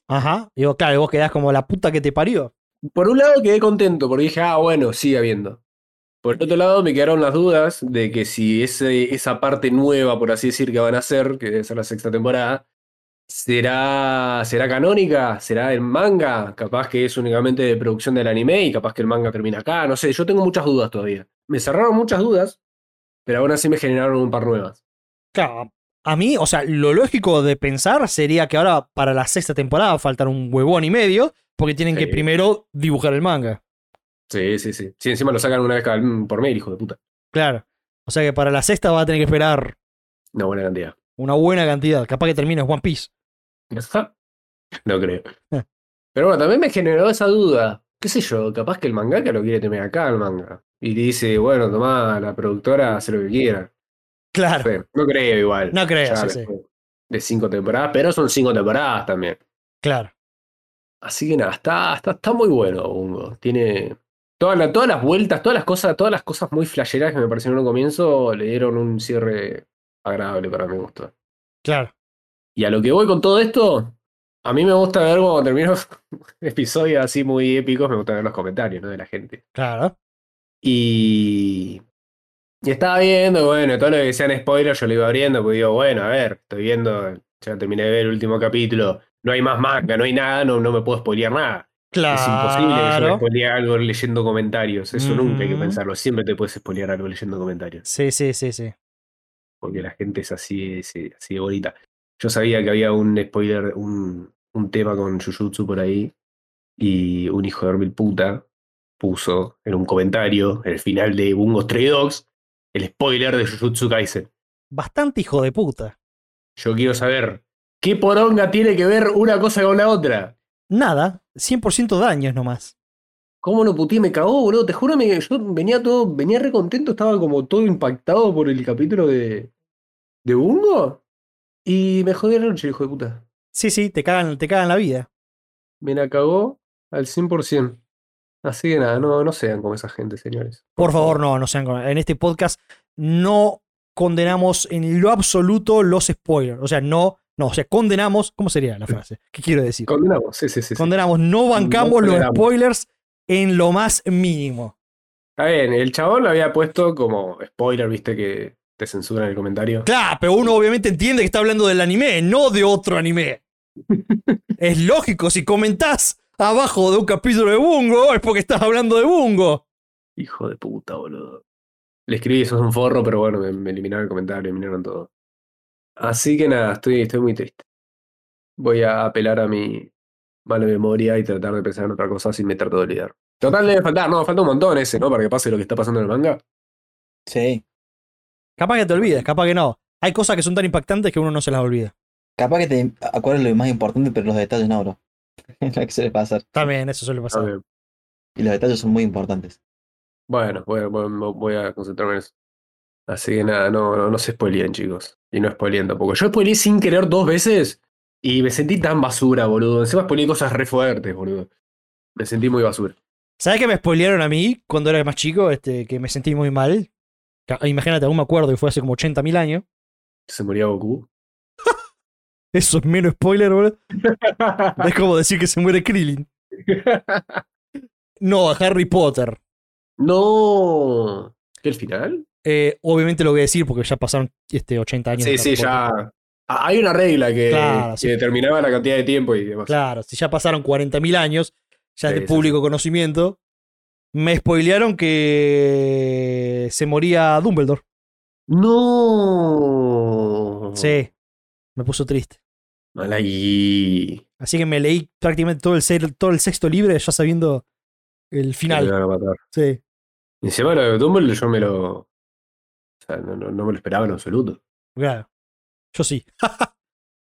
Speaker 1: Ajá. Digo, claro, y vos quedás como la puta que te parió.
Speaker 2: Por un lado quedé contento porque dije, ah, bueno, sigue habiendo. Por otro lado me quedaron las dudas de que si ese, esa parte nueva, por así decir, que van a hacer, que debe ser la sexta temporada, será, será canónica, será el manga, capaz que es únicamente de producción del anime y capaz que el manga termina acá, no sé, yo tengo muchas dudas todavía. Me cerraron muchas dudas, pero aún así me generaron un par nuevas.
Speaker 1: Claro. A mí, o sea, lo lógico de pensar sería que ahora para la sexta temporada faltan un huevón y medio, porque tienen que
Speaker 2: Sí.
Speaker 1: primero dibujar el manga.
Speaker 2: Sí, sí, sí. Sí, encima lo sacan una vez cada mm, por mail, hijo de puta.
Speaker 1: Claro. O sea que para la sexta va a tener que esperar
Speaker 2: Una buena cantidad.
Speaker 1: una buena cantidad. Capaz que termines One Piece.
Speaker 2: No creo.
Speaker 1: Ah.
Speaker 2: Pero bueno, también me generó esa duda. ¿Qué sé yo? Capaz que el mangaka lo quiere tener acá, el manga. Y le dice, bueno, tomá, la productora hace lo que quiera.
Speaker 1: Claro.
Speaker 2: Pero no creo igual.
Speaker 1: Eh. No creo,
Speaker 2: Ya
Speaker 1: sí, sí.
Speaker 2: después De cinco temporadas, pero son cinco temporadas también.
Speaker 1: Claro.
Speaker 2: Así que nada, está, está, está muy bueno, Bungo. Tiene. Todas, la- todas las vueltas, todas las cosas, todas las cosas muy flasheras que me parecieron en un comienzo, le dieron un cierre agradable para mi gusto.
Speaker 1: Claro.
Speaker 2: Y a lo que voy con todo esto, a mí me gusta ver cuando termino episodios así muy épicos, me gusta ver los comentarios, ¿no? De la gente.
Speaker 1: Claro.
Speaker 2: Y. Y estaba viendo, bueno, todo lo que sean spoilers yo lo iba abriendo, porque digo, bueno, a ver, estoy viendo, ya terminé de ver el último capítulo, no hay más manga, no hay nada, no, no me puedo spoilear nada.
Speaker 1: Claro.
Speaker 2: Es imposible que este yo me spoilee algo leyendo comentarios. Eso nunca hay que
Speaker 1: Ujú.
Speaker 2: pensarlo. Siempre te puedes spoilear algo leyendo comentarios.
Speaker 1: Sí, sí, sí, sí.
Speaker 2: Porque la gente es así, es, eh, así de bonita. Yo sabía que había un spoiler, un, un tema con Jujutsu por ahí. Y un hijo de mil puta puso en un comentario, en el final de Bungo Stray Dogs, el spoiler de Jujutsu Kaisen.
Speaker 1: Bastante hijo de puta.
Speaker 2: Yo quiero saber, ¿qué poronga tiene que ver una cosa con la otra?
Speaker 1: Nada, 100% daños nomás.
Speaker 2: ¿Cómo lo puteé? Me cagó, boludo. Te juro, me- yo venía todo, venía re contento, estaba como todo impactado por el capítulo de. de Bungo. Y me jodí la noche, hijo de puta.
Speaker 1: Sí, sí, te cagan, te cagan la vida.
Speaker 2: Me la cagó al 100%. Así que nada, no, no sean como esa gente, señores.
Speaker 1: Por favor, no, no sean con- En este podcast no condenamos en lo absoluto los spoilers. O sea, no, no, o sea, condenamos. ¿Cómo sería la frase? ¿Qué quiero decir?
Speaker 2: Condenamos, sí, sí, sí. sí.
Speaker 1: Condenamos, no bancamos los
Speaker 2: condenamos.
Speaker 1: spoilers en lo más mínimo.
Speaker 2: Está bien, el chabón lo había puesto como spoiler, viste, que te censuran el comentario.
Speaker 1: Claro, pero uno obviamente entiende que está hablando del anime, no de otro anime. es lógico, si comentás abajo de un capítulo de Bungo, es porque estás hablando de Bungo.
Speaker 2: Hijo de puta, boludo. Le escribí, eso es un forro, pero bueno, me, me eliminaron el comentario, eliminaron todo. Así que nada, estoy, estoy muy triste. Voy a apelar a mi mala memoria y tratar de pensar en otra cosa sin me trato de olvidar. Total, debe faltar, no, falta un montón ese, ¿no? Para que pase lo que está pasando en el manga.
Speaker 3: Sí.
Speaker 1: Capaz que te olvides, capaz que no. Hay cosas que son tan impactantes que uno no se las olvida.
Speaker 3: Capaz que te acuerdas lo más importante, pero los detalles no, bro. Es lo que suele pasar.
Speaker 1: También, eso suele pasar.
Speaker 2: Ah,
Speaker 3: Y los detalles son muy importantes.
Speaker 2: Bueno, voy, a- voy a- voy a concentrarme en eso. Así que nada, no, no, no se spoileen, chicos. Y no spoileen tampoco. Yo spoileé sin querer dos veces y me sentí tan basura, boludo. Encima spoileé cosas re fuertes, boludo. Me sentí muy basura.
Speaker 1: ¿Sabes que me spoilearon a mí cuando era más chico? Este, que me sentí muy mal. Ca- Imagínate, aún me acuerdo que fue hace como 80.000 años.
Speaker 2: Se murió Goku.
Speaker 1: Eso es menos spoiler, boludo. Es como decir que se muere Krillin. No, Harry Potter.
Speaker 2: no. ¿Qué el final?
Speaker 1: Eh, obviamente lo voy a decir porque ya pasaron este, 80 años. de
Speaker 2: Sí, sí,
Speaker 1: Harry Potter.
Speaker 2: ya. Ah, Hay una regla que,
Speaker 1: Claro, sí.
Speaker 2: que determinaba la cantidad de tiempo y demás.
Speaker 1: Claro, si ya pasaron 40.000 años, ya es
Speaker 2: Sí,
Speaker 1: de
Speaker 2: sí,
Speaker 1: público conocimiento. Me spoilearon que se moría Dumbledore.
Speaker 2: No.
Speaker 1: Sí, me puso triste.
Speaker 2: Mal ahí.
Speaker 1: Así que me leí prácticamente todo el, se- todo el sexto libre ya sabiendo el
Speaker 2: Me
Speaker 1: final.
Speaker 2: van a matar.
Speaker 1: Sí.
Speaker 2: Encima lo de Dumbledore yo me lo. O sea, no, no- no me lo esperaba en absoluto.
Speaker 1: Claro. Yo sí.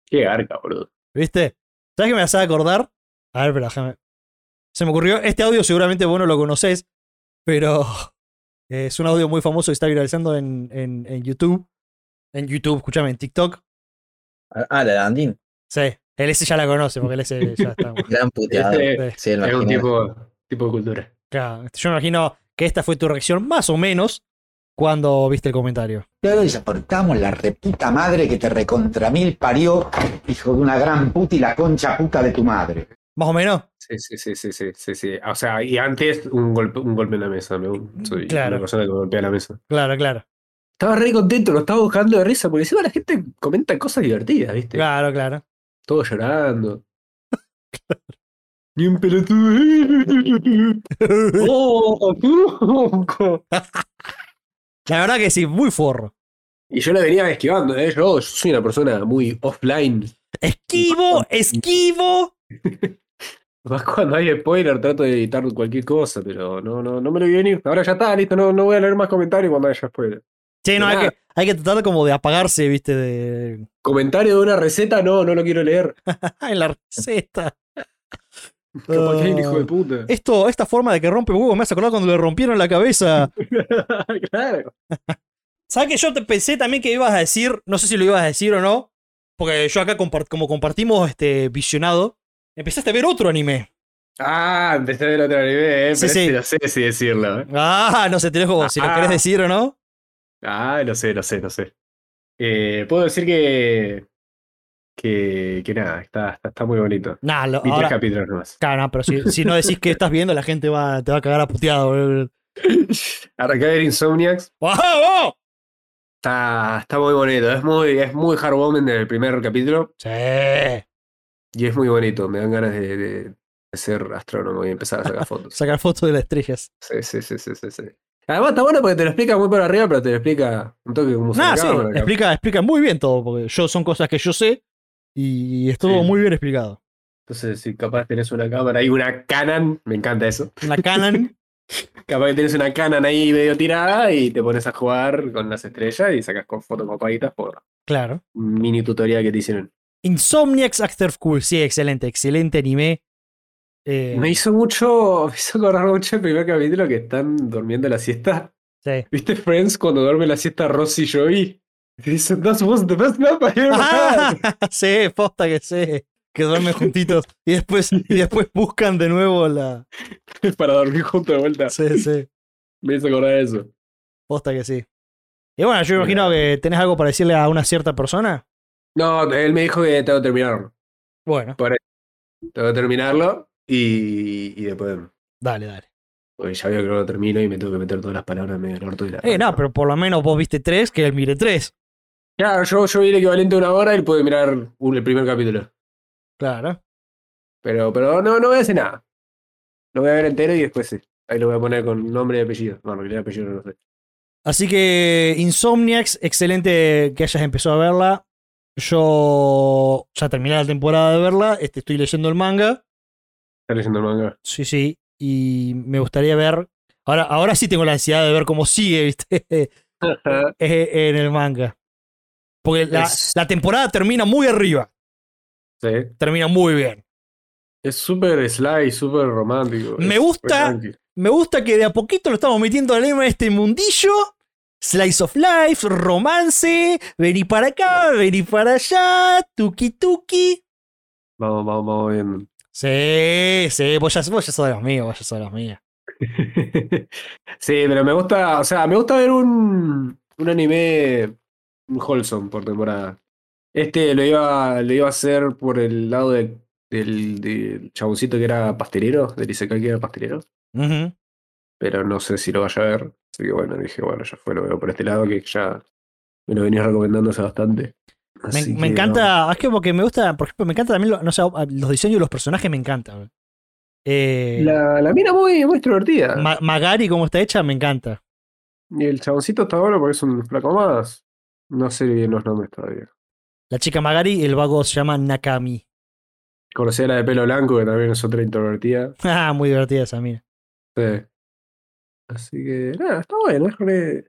Speaker 2: Qué arca, boludo.
Speaker 1: ¿Viste? ¿Sabes qué me hace acordar? A ver, pero déjame. Se me ocurrió. Este audio seguramente vos no lo conocés, pero es un audio muy famoso que está viralizando en, en- en YouTube. En YouTube, escúchame, en TikTok.
Speaker 3: Ah, ah, la de Andín.
Speaker 1: Sí, el S ya la conoce, porque el S ya está.
Speaker 3: Gran puteada.
Speaker 2: Este
Speaker 1: Sí.
Speaker 3: Sí, lo
Speaker 2: es un
Speaker 3: imaginé.
Speaker 2: tipo, tipo de cultura.
Speaker 1: Claro, Yo me imagino que esta fue tu reacción, más o menos, cuando viste el comentario.
Speaker 4: Te desaportamos la reputa madre que te recontramil parió, hijo de una gran puta y la concha puta de tu madre.
Speaker 1: Más o menos.
Speaker 2: Sí, sí, sí, sí, sí, sí, sí. O sea, y antes un golpe, un golpe en la mesa. ¿no? Soy
Speaker 1: Claro.
Speaker 2: una persona que golpea la mesa.
Speaker 1: Claro, claro.
Speaker 2: Mm, Estaba re contento, lo estaba buscando de risa, porque encima la gente comenta cosas divertidas, ¿viste?
Speaker 1: Claro, claro.
Speaker 2: Todo llorando. Ni un pelotudo. ¡Oh, tronco!
Speaker 1: La verdad que sí, muy forro.
Speaker 2: Y yo la venía esquivando, ¿eh? Yo, yo soy una persona muy offline.
Speaker 1: Esquivo, esquivo.
Speaker 2: Más cuando hay spoiler, trato de evitar cualquier cosa, pero no, no, no me lo vi venir. Ahora ya está, listo, no, no voy a leer más comentarios cuando haya spoiler.
Speaker 1: Sí, no, hay que, hay que tratar como de apagarse, viste, de,
Speaker 2: Comentario de una receta, no, no lo quiero leer.
Speaker 1: en la receta.
Speaker 2: Capaz que hay un hijo de
Speaker 1: Ah.
Speaker 2: puta.
Speaker 1: Esto, esta forma de que rompe huevos me hace acordar cuando le rompieron la cabeza.
Speaker 2: claro.
Speaker 1: ¿Sabes que yo te pensé también que ibas a decir? No sé si lo ibas a decir o no. Porque yo acá, compar- como compartimos este visionado, empezaste a ver otro anime.
Speaker 2: Ah, empecé a ver otro anime, ¿eh?
Speaker 1: Sí,
Speaker 2: pero
Speaker 1: sí.
Speaker 2: este no sé si decirlo, ¿eh?
Speaker 1: Ah, no sé, te dejo si lo
Speaker 2: Ah.
Speaker 1: querés decir o no.
Speaker 2: Ah, no sé, no sé, no sé. Eh, puedo decir que. que, que nada, está, está, está muy bonito.
Speaker 1: Nah, lo-
Speaker 2: Vi tres
Speaker 1: ahora.
Speaker 2: capítulos nomás.
Speaker 1: Claro, no, pero si, si no decís que estás viendo, la gente va, te va a cagar a puteado. boludo.
Speaker 2: Arranqué a ver Insomniacs.
Speaker 1: ¡Wow!
Speaker 2: Está, está muy bonito. Es muy, es muy heartwarming desde el primer capítulo
Speaker 1: Sí.
Speaker 2: y es muy bonito. Me dan ganas de, de- de ser astrónomo y empezar a sacar fotos.
Speaker 1: Sacar fotos de las estrellas.
Speaker 2: Sí, sí, sí, sí, sí, sí. Además está bueno porque te lo explica muy por arriba, pero te lo explica un toque como
Speaker 1: Nah, sí,
Speaker 2: sacado, pero Pues acá-
Speaker 1: explica, explica muy bien todo, porque yo son cosas que yo sé y estuvo
Speaker 2: Sí.
Speaker 1: muy bien explicado.
Speaker 2: Entonces, si capaz tenés una cámara ahí, una Canon, me encanta eso.
Speaker 1: Una Canon,
Speaker 2: Capaz que tenés una Canon ahí medio tirada y te pones a jugar con las estrellas y sacas con fotos copaditas por
Speaker 1: claro.
Speaker 2: un mini tutorial que te hicieron.
Speaker 1: Insomniacs After School, sí, excelente, excelente anime. Eh,
Speaker 2: Me hizo mucho, me hizo acordar mucho el primer capítulo que están durmiendo la siesta.
Speaker 1: sí.
Speaker 2: ¿Viste Friends cuando duerme la siesta Ross y Joey? Y Dicen, that was the best map I ever
Speaker 1: Ah,
Speaker 2: had".
Speaker 1: sí, posta que sí. Que duermen juntitos y después, y después buscan de nuevo la.
Speaker 2: Para dormir juntos de vuelta.
Speaker 1: Sí, sí,
Speaker 2: Me hizo acordar eso.
Speaker 1: posta que sí. Y bueno, yo imagino que tenés algo para decirle a una cierta persona.
Speaker 2: No, él me dijo que tengo que terminarlo.
Speaker 1: Bueno,
Speaker 2: Tengo que terminarlo y, y después.
Speaker 1: dale, dale.
Speaker 2: Porque ya veo que no lo termino y me tengo que meter todas las palabras en medio del orto y la.
Speaker 1: Eh, no, pero por lo menos vos viste tres, que él mire tres.
Speaker 2: Claro, yo, yo vi el equivalente a una hora y él puede mirar un- el primer capítulo.
Speaker 1: Claro.
Speaker 2: Pero, pero no, no voy a hacer nada. Lo voy a ver entero y después sí. Ahí lo voy a poner con nombre y apellido. Bueno, el apellido no lo sé.
Speaker 1: Así que Insomniacs, excelente que hayas empezado a verla. Yo ya terminé la temporada de verla, este, estoy leyendo el manga.
Speaker 2: Está leyendo el manga.
Speaker 1: Sí, sí, y me gustaría ver... Ahora, ahora sí tengo la ansiedad de ver cómo sigue, ¿viste? Eh, en el manga. Porque la,
Speaker 2: Es-
Speaker 1: la temporada termina muy arriba,
Speaker 2: sí.
Speaker 1: termina muy bien.
Speaker 2: Es súper sly, súper romántico.
Speaker 1: Me
Speaker 2: es re
Speaker 1: gusta.
Speaker 2: tranqui.
Speaker 1: Me gusta que de a poquito lo estamos metiendo al lema de este mundillo. Slice of life, romance, vení para acá, vení para allá, tuki tuki.
Speaker 2: Vamos, vamos, vamos viendo.
Speaker 1: Sí, sí, vos ya, vos ya sos de los míos, vos ya sos de los míos.
Speaker 2: sí, pero me gusta, o sea, me gusta ver un, un anime wholesome por temporada. Este lo iba, lo iba a hacer por el lado de- del, del chaboncito que era pastelero, del Isekai que era pastelero,
Speaker 1: Ujú.
Speaker 2: pero no sé si lo vaya a ver. Así que bueno, dije, bueno, ya fue, lo veo por este lado, que ya me lo venís recomendando hace bastante.
Speaker 1: me,
Speaker 2: Así
Speaker 1: me
Speaker 2: que, no.
Speaker 1: encanta, es que porque me gusta, por ejemplo, me encanta también, lo- no sé, a- los diseños de los personajes me encantan. Eh,
Speaker 2: La, la mina muy, muy extrovertida.
Speaker 1: Ma- Magari, como está hecha, me encanta.
Speaker 2: Y el chaboncito está bueno porque es un flaco más. No sé bien los nombres todavía.
Speaker 1: La chica Magari, el vago se llama Nakami.
Speaker 2: Conocí a la de pelo blanco, que también es otra introvertida.
Speaker 1: Ah, muy divertida esa mina.
Speaker 2: Sí. Así que, nada, está bueno. Es, re-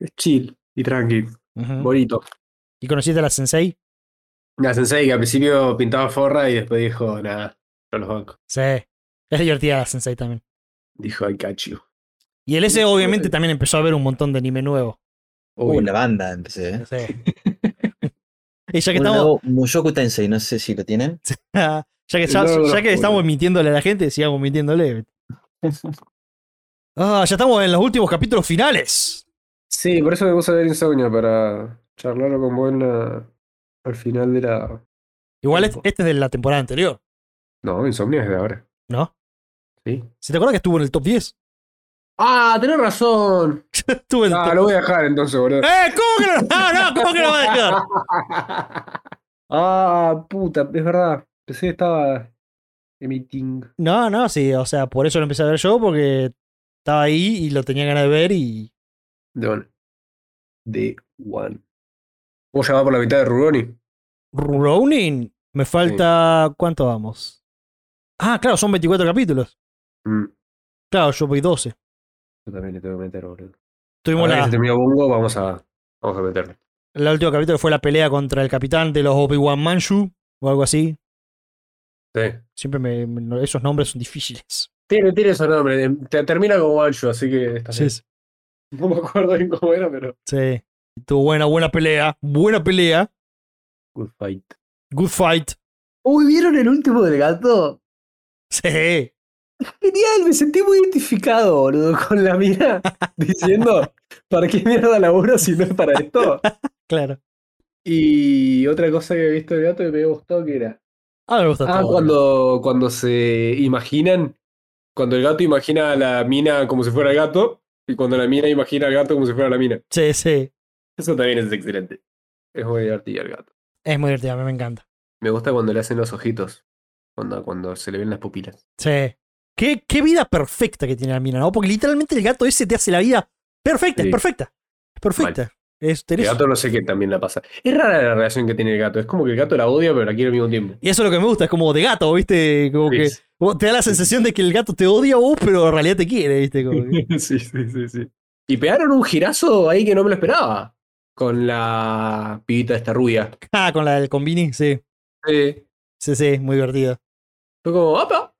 Speaker 2: es chill y tranqui.
Speaker 1: Ujú.
Speaker 2: Bonito.
Speaker 1: ¿Y conociste a la Sensei?
Speaker 2: La sensei que al principio pintaba forra y después dijo, nada, yo los bancos.
Speaker 1: Sí. Es divertida la Sensei también.
Speaker 2: Dijo, I got you.
Speaker 1: Y el S
Speaker 2: Sí,
Speaker 1: obviamente
Speaker 2: sí.
Speaker 1: también empezó a ver un montón de anime nuevo.
Speaker 3: Uy,
Speaker 2: Uy,
Speaker 3: la banda empecé. ¿eh?
Speaker 1: Sí. y ya que
Speaker 3: Un
Speaker 1: estamos,
Speaker 3: nuevo Mushoku Tensei, no sé si lo tienen.
Speaker 1: ya que, ya,
Speaker 2: No, no,
Speaker 1: ya que estamos
Speaker 2: pobre.
Speaker 1: mintiéndole a la gente, sigamos mintiéndole. Ah, ya estamos en los últimos capítulos finales.
Speaker 2: Sí, por eso me puse a ver Insomnio, para charlarlo con buena al final de la...
Speaker 1: Igual es-
Speaker 2: Tiempo.
Speaker 1: este es de la temporada anterior,
Speaker 2: No, Insomnio es de ahora.
Speaker 1: ¿no?
Speaker 2: Sí.
Speaker 1: ¿Se te acuerdas que estuvo en el top 10?
Speaker 2: Ah, tenés razón.
Speaker 1: Estuvo en el
Speaker 2: Ah,
Speaker 1: top-
Speaker 2: lo voy a dejar entonces, boludo.
Speaker 1: ¡Eh! ¿Cómo que lo, no, no, ¿cómo que lo va a dejar?
Speaker 2: ah, puta, es verdad. Pensé que estaba emitting.
Speaker 1: No, no, sí, o sea, por eso lo empecé a ver yo, porque estaba ahí y lo tenía ganas de ver y.
Speaker 2: The One. The One. Vos ya vas por la mitad de Ruroni.
Speaker 1: Ronin, me falta. ¿Cuánto vamos? Ah, claro, son 24 capítulos.
Speaker 2: Mm,
Speaker 1: Claro, yo voy 12.
Speaker 2: yo también le tengo que meter, boludo.
Speaker 1: Tuvimos
Speaker 2: Ahora que
Speaker 1: la,
Speaker 2: se terminó Bungo, vamos a, vamos a meterlo.
Speaker 1: la última capítulo fue la pelea contra el capitán de los Obi-Wan Manchu o algo así.
Speaker 2: Sí.
Speaker 1: Siempre me, me- no- esos nombres son difíciles.
Speaker 2: Tiene, tiene esos nombres. em, Te, termina con Wancho, así que está bien.
Speaker 1: Sí,
Speaker 2: No me acuerdo bien cómo era, pero.
Speaker 1: sí. Tuvo buena, buena pelea. Buena pelea.
Speaker 2: Good fight.
Speaker 1: Good fight.
Speaker 2: Uy, ¿vieron el último del gato?
Speaker 1: Sí.
Speaker 2: Genial, me sentí muy identificado, boludo, con la mina diciendo, ¿para qué mierda laburo si no es para esto?
Speaker 1: Claro.
Speaker 2: Y otra cosa que he visto del gato que me había gustado que era.
Speaker 1: Ah, me gusta
Speaker 2: Ah,
Speaker 1: todo.
Speaker 2: cuando, cuando se imaginan, cuando el gato imagina a la mina como si fuera el gato, y cuando la mina imagina al gato como si fuera la mina.
Speaker 1: Sí, sí.
Speaker 2: Eso también es excelente. Es muy divertido el gato.
Speaker 1: Es muy divertida, a mí me encanta.
Speaker 2: Me gusta cuando le hacen los ojitos. Onda, cuando se le ven las pupilas.
Speaker 1: Sí. Qué, qué vida perfecta que tiene la mina, ¿no? Porque literalmente el gato ese te hace la vida perfecta, es
Speaker 2: Sí.
Speaker 1: perfecta. Es perfecta. Es,
Speaker 2: El
Speaker 1: tenés-
Speaker 2: gato no sé qué también la pasa. Es rara la relación que tiene el gato. Es como que el gato la odia, pero la quiere al mismo tiempo.
Speaker 1: Y eso es lo que me gusta, es como de gato, ¿viste? Como que
Speaker 2: Sí,
Speaker 1: vos- te da la sensación de que el gato te odia a vos, pero en realidad te quiere, ¿viste? Como que-
Speaker 2: sí, sí, sí, sí. Y pegaron un girazo ahí que no me lo esperaba. Con la pibita esta rubia.
Speaker 1: Ah, con la del combini, sí.
Speaker 2: Eh,
Speaker 1: Sí, sí, muy divertido.
Speaker 2: fue como, ¡apa!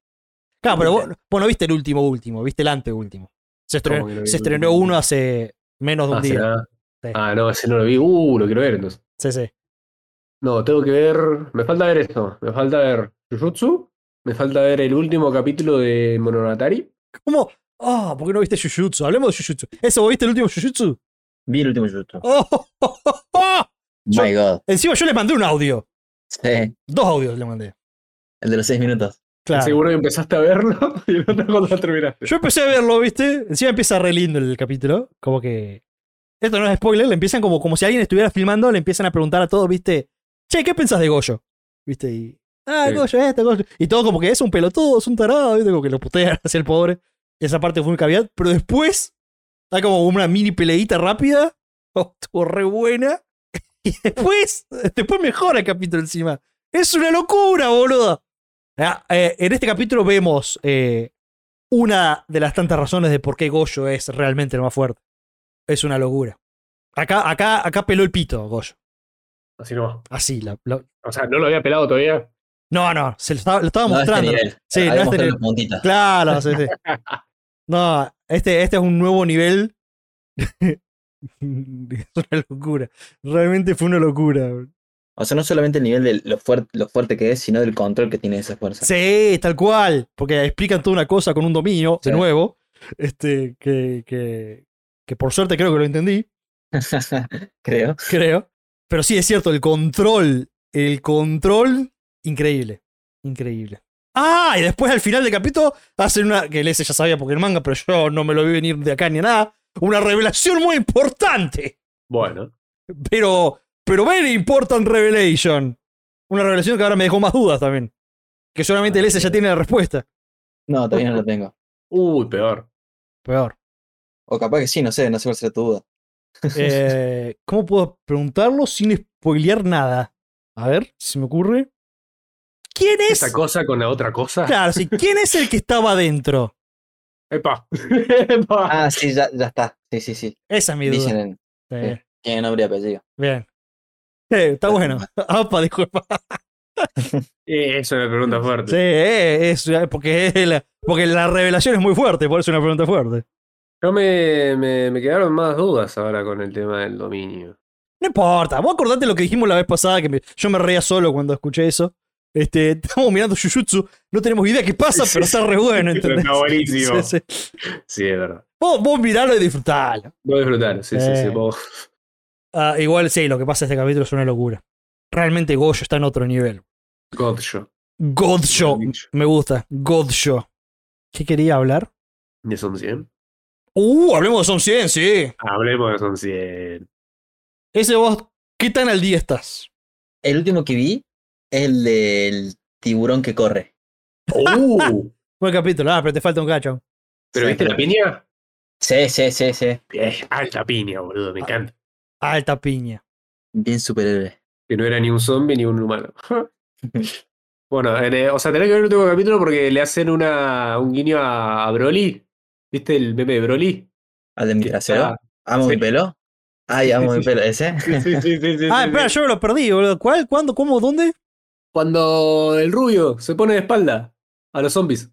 Speaker 1: Claro, pero vos, vos no viste el último último, viste el anteúltimo. Se estrenó,
Speaker 2: ¿Cómo que no vi
Speaker 1: se
Speaker 2: el
Speaker 1: estrenó
Speaker 2: último?
Speaker 1: uno hace menos de un
Speaker 2: Ah,
Speaker 1: día.
Speaker 2: será-
Speaker 1: Sí.
Speaker 2: ah, no, ese no lo vi. Uh, lo quiero ver entonces.
Speaker 1: Sí, sí.
Speaker 2: No, tengo que ver. Me falta ver esto. Me falta ver Jujutsu. Me falta ver el último capítulo de Monogatari.
Speaker 1: ¿Cómo? Ah, ¿por qué no viste Jujutsu? Hablemos de Jujutsu. ¿Eso vos viste el último Jujutsu?
Speaker 5: Vi el último Jujutsu.
Speaker 1: ¡Oh! oh, oh, oh! Yo-
Speaker 5: My God.
Speaker 1: Encima yo les mandé un audio.
Speaker 5: Sí,
Speaker 1: Dos audios le mandé.
Speaker 5: el de los seis minutos.
Speaker 1: Claro.
Speaker 2: Seguro que empezaste a verlo y no te cuando lo terminaste.
Speaker 1: Yo empecé a verlo, ¿viste? Encima empieza re lindo el capítulo. Como que. Esto no es spoiler, le empiezan como, como si alguien estuviera filmando, le empiezan a preguntar a todos, ¿viste? Che, ¿qué pensás de Goyo? ¿Viste? Y. Ah,
Speaker 2: Sí.
Speaker 1: Goyo, esto, Goyo. Y todo como que es un pelotudo, es un tarado, ¿viste? Como que lo putean hacia el pobre. Esa parte fue un caveat. Pero después. Da como una mini peleita rápida. Oh, estuvo re buena. Y después. Después mejora el capítulo encima. Es una locura, boludo. Ah, eh, en este capítulo vemos. eh, una de las tantas razones de por qué Goyo es realmente el más fuerte. Es una locura. Acá, acá, acá peló el pito Goyo.
Speaker 2: Así no.
Speaker 1: Así. La, la-
Speaker 2: O sea, no lo había pelado todavía.
Speaker 1: No, no, se lo estaba, lo estaba
Speaker 5: No, este
Speaker 1: mostrando.
Speaker 5: nivel.
Speaker 1: Sí,
Speaker 5: Ahí
Speaker 1: no, este
Speaker 5: mostré
Speaker 1: nivel.
Speaker 5: las puntitas.
Speaker 1: Claro, sí, sí. No, este, este es un nuevo nivel. es una locura. Realmente fue una locura.
Speaker 5: O sea, no solamente el nivel de lo, fuert- lo fuerte que es, sino del control que tiene esa fuerza.
Speaker 1: Sí, tal cual. Porque explican toda una cosa con un dominio, de
Speaker 5: Sí.
Speaker 1: nuevo. Este, que, que, que por suerte creo que lo entendí.
Speaker 5: Creo.
Speaker 1: creo. Pero sí, es cierto, el control. El control, increíble. Increíble. Ah, y después al final del capítulo hacen una. Que el ese ya sabía porque el manga, pero yo no me lo vi venir de acá ni nada. Una revelación muy importante.
Speaker 2: Bueno.
Speaker 1: Pero. Pero very important revelation. Una revelación que ahora me dejó más dudas también. Que solamente el ese ya tiene la respuesta.
Speaker 5: No, todavía no lo tengo.
Speaker 2: Uy, Uh, peor.
Speaker 1: Peor.
Speaker 5: O capaz que sí, no sé, no sé cuál será tu duda.
Speaker 1: Eh, ¿Cómo puedo preguntarlo sin spoilear nada? A ver, si se me ocurre. ¿Quién es?
Speaker 2: Esa cosa con la otra cosa.
Speaker 1: Claro, sí. ¿Quién es el que estaba adentro?
Speaker 2: Epa. Epa.
Speaker 5: Ah, sí, ya, ya está. Sí, sí, sí.
Speaker 1: Esa es mi
Speaker 5: Dicen
Speaker 1: duda.
Speaker 5: en,
Speaker 1: Sí,
Speaker 5: tiene nombre y apellido.
Speaker 1: bien. Eh, está bueno. Apa, disculpa.
Speaker 2: Eh, eso es una pregunta
Speaker 1: Sí,
Speaker 2: fuerte.
Speaker 1: eh, es, porque, es la, porque la revelación es muy fuerte, por eso es una pregunta fuerte.
Speaker 2: Yo me, me, me quedaron más dudas ahora con el tema del dominio.
Speaker 1: No importa, vos acordate lo que dijimos la vez pasada, que me- yo me reía solo cuando escuché eso. Este, estamos mirando Jujutsu, no tenemos idea qué pasa,
Speaker 2: Sí,
Speaker 1: pero
Speaker 2: sí,
Speaker 1: está re bueno, ¿entendés?
Speaker 2: Está buenísimo.
Speaker 1: Sí, sí.
Speaker 2: Sí, es verdad.
Speaker 1: Vos, vos miralo y disfrutalo.
Speaker 2: Voy a disfrutar. Sí, sí, sí.
Speaker 1: Eh.
Speaker 2: puedo-
Speaker 1: Ah, igual sí, lo que pasa en este capítulo es una locura. Realmente Goyo está en otro nivel.
Speaker 2: God yo.
Speaker 1: God Show.
Speaker 2: Bien dicho.
Speaker 1: Me gusta. God Show. ¿Qué quería hablar?
Speaker 2: ¿De Son 100?
Speaker 1: Uh, hablemos de Son 100, sí.
Speaker 2: Hablemos de Son 100.
Speaker 1: Ese vos, ¿qué tan al día estás?
Speaker 5: El último que vi es el del tiburón que corre.
Speaker 2: ¡Uh!
Speaker 1: Buen capítulo. Ah, pero te falta un cacho.
Speaker 2: ¿Pero viste la piña?
Speaker 5: Sí, sí, sí, sí.
Speaker 2: Eh, alta piña, boludo, me
Speaker 1: Ah.
Speaker 2: encanta.
Speaker 1: Alta piña.
Speaker 5: Bien superhéroe.
Speaker 2: Que no era ni un zombie ni un humano. bueno, en, eh, o sea, tenés que ver el último capítulo porque le hacen una, un guiño a, a Broly. ¿Viste el meme de Broly?
Speaker 5: Al de mi
Speaker 2: Que
Speaker 5: trasero.
Speaker 2: está-
Speaker 5: ¿Amo mi
Speaker 2: sí.
Speaker 5: pelo? Ay,
Speaker 2: Sí,
Speaker 5: amo
Speaker 2: sí,
Speaker 5: mi
Speaker 2: sí.
Speaker 5: pelo. ¿Ese?
Speaker 2: Sí, sí, sí, sí, sí,
Speaker 1: Ah,
Speaker 2: sí,
Speaker 1: espera,
Speaker 2: sí.
Speaker 1: yo me lo perdí, boludo. ¿Cuál? ¿Cuándo? ¿Cómo? ¿Dónde?
Speaker 2: Cuando el rubio se pone de espalda a los zombies.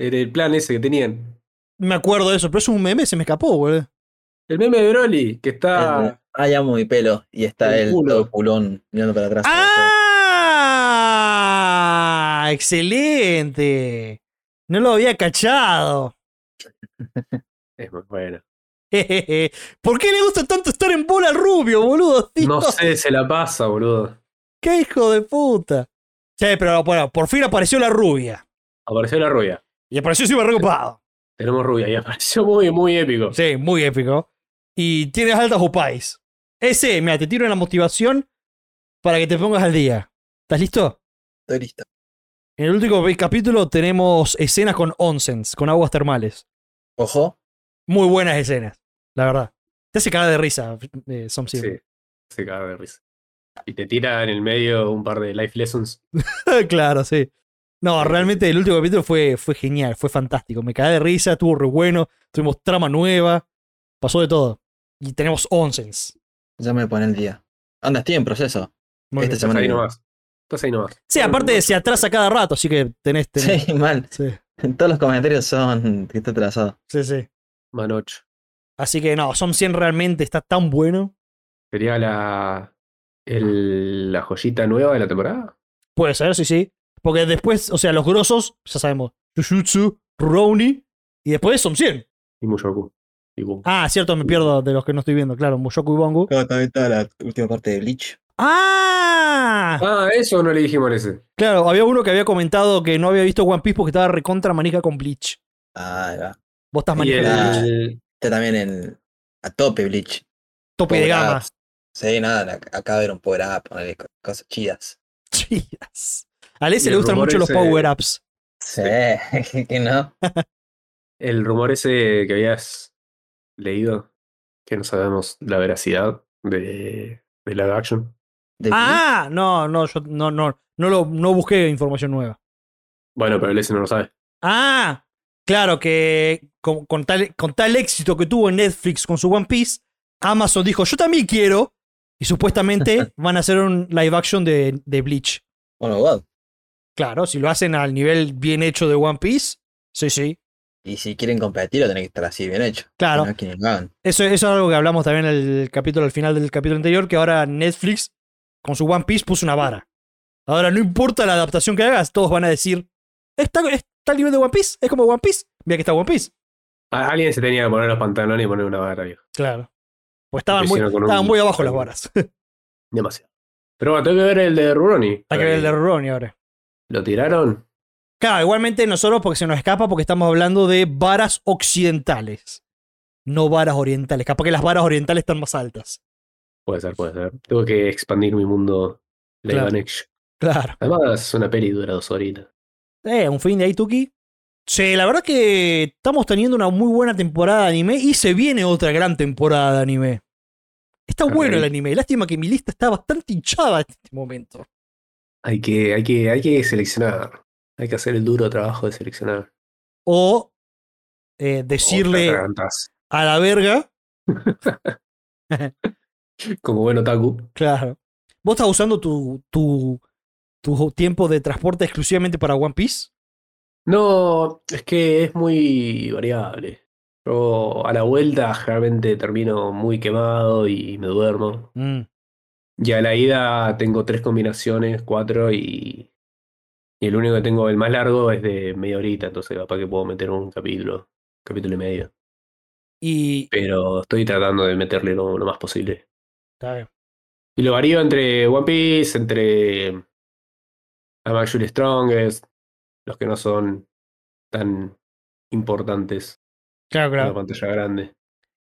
Speaker 2: Era el plan ese que tenían.
Speaker 1: Me acuerdo de eso, pero es un meme, se me escapó, boludo.
Speaker 2: El meme de Broly, que está.
Speaker 5: El de, Ay, amo mi pelo. Y está
Speaker 2: Ah. El
Speaker 5: el
Speaker 2: culo.
Speaker 5: todo culón mirando para atrás.
Speaker 1: ¡Ah! ¡Excelente! No lo había cachado.
Speaker 2: Es muy bueno.
Speaker 1: Jejeje. ¿Por qué le gusta tanto estar en bola al rubio, boludo?
Speaker 2: No
Speaker 1: Dios.
Speaker 2: sé, se la pasa, boludo.
Speaker 1: ¡Qué hijo de puta! Che, pero bueno, por fin apareció la rubia.
Speaker 2: Apareció la rubia.
Speaker 1: Y apareció súper recopado.
Speaker 2: Tenemos rubia. Y apareció muy, muy épico.
Speaker 1: Sí, muy épico. Y tienes altas upais. Ese, mira, te tiro una motivación para que te pongas al día. ¿Estás listo?
Speaker 5: Estoy listo.
Speaker 1: En el último pe- capítulo tenemos escenas con onsens, con aguas termales.
Speaker 5: Ojo.
Speaker 1: Muy buenas escenas, la verdad. Te hace cara de risa, eh, Some
Speaker 2: Sí.
Speaker 1: Civil.
Speaker 2: Se caga de risa. Y te tira en el medio un par de life lessons.
Speaker 1: claro, sí. No, realmente el último capítulo fue, fue genial, fue fantástico. Me caí de risa, estuvo re bueno, tuvimos trama nueva, pasó de todo. Y tenemos onsens.
Speaker 5: Ya me pone el día. Anda, estoy en proceso.
Speaker 1: Muy
Speaker 5: Esta
Speaker 1: bien.
Speaker 2: Estás
Speaker 5: semana.
Speaker 2: ahí
Speaker 5: que-
Speaker 2: nomás. Estás ahí nomás.
Speaker 1: Este Sí, aparte se atrasa cada rato, así que tenés... tenés-
Speaker 5: Sí, mal.
Speaker 1: sí,
Speaker 5: Todos los comentarios son que está atrasado.
Speaker 1: sí, sí.
Speaker 2: Manoch.
Speaker 1: Así que no, Som 100 realmente está tan bueno.
Speaker 2: Sería la, el- la joyita nueva de la temporada.
Speaker 1: Puede ser, sí, sí. Porque después, o sea, los grosos, ya sabemos, Jujutsu, Rouni, y después Som 100.
Speaker 2: Y Mushoku. Y Gun.
Speaker 1: Ah, cierto, me pierdo de los que no estoy viendo, claro, Mushoku y Bongo.
Speaker 5: Claro, también está la última parte de Bleach.
Speaker 1: ¡Ah!
Speaker 2: Ah, eso no le dijimos en ese.
Speaker 1: Claro, había uno que había comentado que no había visto One Piece porque estaba recontra manija con Bleach.
Speaker 5: Ah, ahí va.
Speaker 1: Vos estás
Speaker 2: Y
Speaker 1: manija con Bleach.
Speaker 2: el,
Speaker 5: Está también en, a tope Bleach.
Speaker 1: Tope de
Speaker 5: Power
Speaker 1: gama.
Speaker 5: ups. Sí, nada, la- acá ver un power up, ponele co- cosas chidas.
Speaker 1: Chías. A Alessi
Speaker 2: Y
Speaker 1: le
Speaker 2: el
Speaker 1: gustan
Speaker 2: rumor
Speaker 1: mucho los
Speaker 2: ese-
Speaker 1: power-ups.
Speaker 5: Sí, que no.
Speaker 2: el rumor ese que habías leído, que no sabemos la veracidad de, de la action.
Speaker 5: De
Speaker 1: Ah, no, no, yo no, no, no, lo, no busqué información nueva.
Speaker 2: Bueno, pero el ese no lo sabe.
Speaker 1: Ah, claro que con, con tal, con tal éxito que tuvo Netflix con su One Piece, Amazon dijo, yo también quiero. Y supuestamente van a hacer un live action de, de Bleach.
Speaker 5: Bleach. Oh, my God.
Speaker 1: Claro, si lo hacen al nivel bien hecho de One Piece, sí, sí.
Speaker 5: Y si quieren competir, lo tenés que estar así bien hecho.
Speaker 1: Claro.
Speaker 5: Si no, quieren ganan.
Speaker 1: Eso, eso es algo que hablamos también en el capítulo, al final del capítulo anterior, que ahora Netflix con su One Piece puso una vara. Ahora no importa la adaptación que hagas, todos van a decir, está, está al nivel de One Piece, es como One Piece, mira que está One Piece.
Speaker 2: A- Ah, alguien se tenía que poner los pantalones y poner una vara, viejo.
Speaker 1: Claro. Pues estaban,
Speaker 2: Lo
Speaker 1: muy,
Speaker 2: hicieron con un-
Speaker 1: estaban muy abajo las varas.
Speaker 2: Demasiado. Pero bueno, tengo que ver el de Ruroni.
Speaker 1: Hay que ver el de Ronnie ahora.
Speaker 2: ¿Lo tiraron?
Speaker 1: Claro, igualmente nosotros porque se nos escapa porque estamos hablando de varas occidentales. No varas orientales. Capaz que las varas orientales están más altas.
Speaker 2: Puede ser, puede ser. Tengo que expandir mi mundo live
Speaker 1: Claro.
Speaker 2: action.
Speaker 1: Claro.
Speaker 2: Además, una peli dura dos horitas.
Speaker 1: Eh, un fin de ahí, Tuki. Sí, la verdad que estamos teniendo una muy buena temporada de anime y se viene otra gran temporada de anime. Está
Speaker 2: Ok.
Speaker 1: bueno el anime. Lástima que mi lista está bastante hinchada en este momento.
Speaker 2: Hay que, hay que, hay que seleccionar. Hay que hacer el duro trabajo de seleccionar.
Speaker 1: O eh,
Speaker 2: Oh, te
Speaker 1: decirle
Speaker 2: atragantás.
Speaker 1: a la verga.
Speaker 2: Como bueno Taku.
Speaker 1: Claro. ¿Vos estás usando tu, tu, tu tiempo de transporte exclusivamente para One Piece?
Speaker 2: No, es que es muy variable. Yo a la vuelta generalmente termino muy quemado y me duermo.
Speaker 1: Mm,
Speaker 2: Y a la ida tengo tres combinaciones, cuatro, y, y el único que tengo, el más largo, es de media horita, entonces capaz que puedo meter un capítulo, capítulo y medio.
Speaker 1: Y.
Speaker 2: Pero estoy tratando de meterle lo, lo más posible.
Speaker 1: Está bien.
Speaker 2: Y lo varío entre One Piece, entre Among Your Strongest, los que no son tan importantes
Speaker 1: Claro,
Speaker 2: en la
Speaker 1: claro.
Speaker 2: pantalla grande.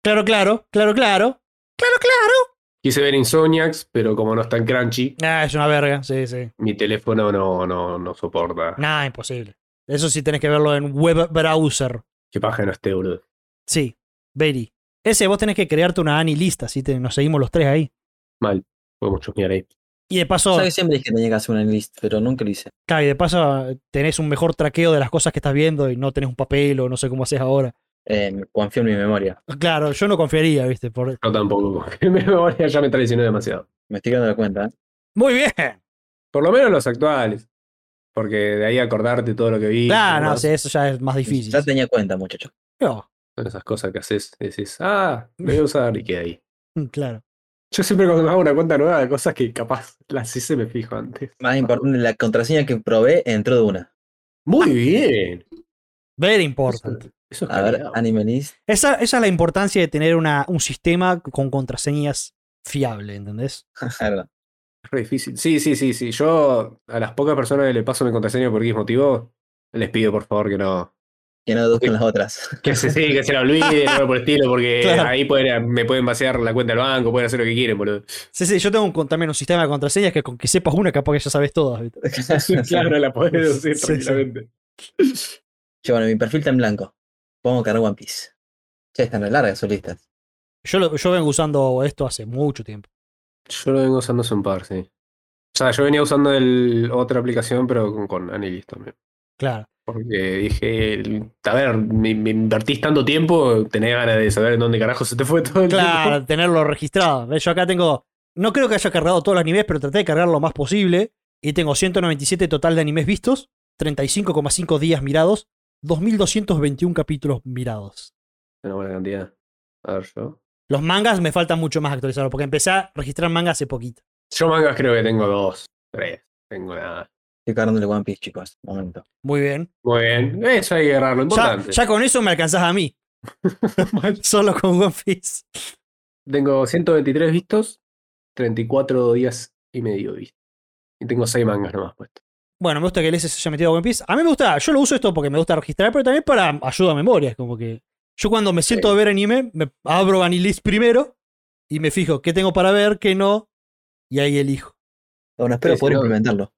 Speaker 1: Claro, claro, claro, claro. Claro, claro.
Speaker 2: Quise ver Insomniacs, pero como no es tan crunchy,
Speaker 1: Ah, es una verga. Sí, sí.
Speaker 2: mi teléfono no, no, no soporta.
Speaker 1: Nah, imposible. Eso sí tenés que verlo en web browser.
Speaker 2: Que paja no esté, boludo.
Speaker 1: Sí, very. Ese vos tenés que crearte una Ani lista, así te- nos seguimos los tres ahí.
Speaker 2: Podemos chusmear ahí.
Speaker 1: Y de paso,
Speaker 5: Sabes que siempre dije que tenía que hacer una list, pero nunca lo hice.
Speaker 1: claro, y de paso eh, tenés un mejor traqueo de las cosas que estás viendo y no tenés un papel o no sé cómo haces ahora.
Speaker 5: Eh, confío en mi memoria.
Speaker 1: Claro, yo no confiaría, viste. Por...
Speaker 2: Yo tampoco, porque mi memoria ya me traicionó demasiado.
Speaker 5: Me estoy dando cuenta. ¿eh?
Speaker 1: Muy bien.
Speaker 2: Por lo menos los actuales. Porque de ahí acordarte todo lo que vi. y
Speaker 1: Claro, no,
Speaker 2: demás,
Speaker 1: sí, eso ya es más difícil.
Speaker 5: Ya tenía cuenta, muchacho.
Speaker 1: No,
Speaker 2: Son esas cosas que haces. Decís, ah, lo voy a usar y queda ahí.
Speaker 1: Mm, claro.
Speaker 2: Yo siempre cuando me hago una cuenta nueva de cosas que capaz las hice me fijo antes.
Speaker 5: Más importante, la contraseña que probé entró de una.
Speaker 2: Muy bien.
Speaker 1: Very important.
Speaker 2: Ah, Eso es
Speaker 5: A ver,
Speaker 2: cagado.
Speaker 5: anime list.
Speaker 1: Esa, esa es la importancia de tener una, un sistema con contraseñas fiable, ¿entendés?
Speaker 5: Claro.
Speaker 2: Es re difícil. Sí, sí, sí, sí. Yo a las pocas personas que le paso mi contraseña por X motivo, les pido por favor que no,
Speaker 5: que no deduzcan las otras.
Speaker 2: Que se, sí, que se la olviden, algo por el estilo, porque
Speaker 1: Claro.
Speaker 2: ahí pueden- me pueden vaciar la cuenta del banco, pueden hacer lo que quieren, boludo.
Speaker 1: Sí, sí, yo tengo un, con- también un sistema de contraseñas que con que sepas una, capaz que ya sabes todas. ¿viste?
Speaker 2: Claro, la podés decir
Speaker 1: Sí, sí.
Speaker 2: tranquilamente.
Speaker 5: Che, bueno, mi perfil está en blanco. Pongo cargar One Piece. Che, están re largas sus listas.
Speaker 1: Yo, lo- yo vengo usando esto hace mucho tiempo.
Speaker 2: Yo lo vengo usando hace un par, sí. O sea, yo venía usando el, otra aplicación, pero con, con Anilis también.
Speaker 1: Claro.
Speaker 2: Porque dije, el- a ver, me, me invertís tanto tiempo, tenés ganas de saber en dónde carajo se te fue todo el tiempo.
Speaker 1: Claro, tenerlo registrado. ¿Ves? Yo acá tengo. No creo que haya cargado todos los animes, pero traté de cargar lo más posible. Y tengo 197 total de animes vistos, 35,5 días mirados, 2221 capítulos mirados.
Speaker 2: Una buena cantidad. A ver, yo.
Speaker 1: Los mangas me faltan mucho más actualizarlos, porque empecé a registrar manga hace poquito.
Speaker 2: Yo mangas creo que tengo dos, tres. Tengo nada.
Speaker 5: Estoy cargándole One Piece, chicos. Un momento.
Speaker 1: Muy bien.
Speaker 2: Muy bien. Eso hay que agarrarlo.
Speaker 1: Ya,
Speaker 2: Importante.
Speaker 1: ya con eso me alcanzás a mí. Solo con One Piece.
Speaker 2: Tengo 123 vistos, 34 días y medio vistos. Y tengo 6 mangas nomás puestos.
Speaker 1: Bueno, me gusta que el S se haya metido a One Piece. A mí me gusta, yo lo uso esto porque me gusta registrar, pero también para ayuda a memoria. Es como que yo cuando me siento
Speaker 2: Sí.
Speaker 1: a ver anime, me abro Vanilist primero y me fijo qué tengo para ver, qué no, y ahí elijo.
Speaker 5: Bueno, espero
Speaker 2: Sí,
Speaker 5: poder
Speaker 2: sí, obvio.
Speaker 5: implementarlo.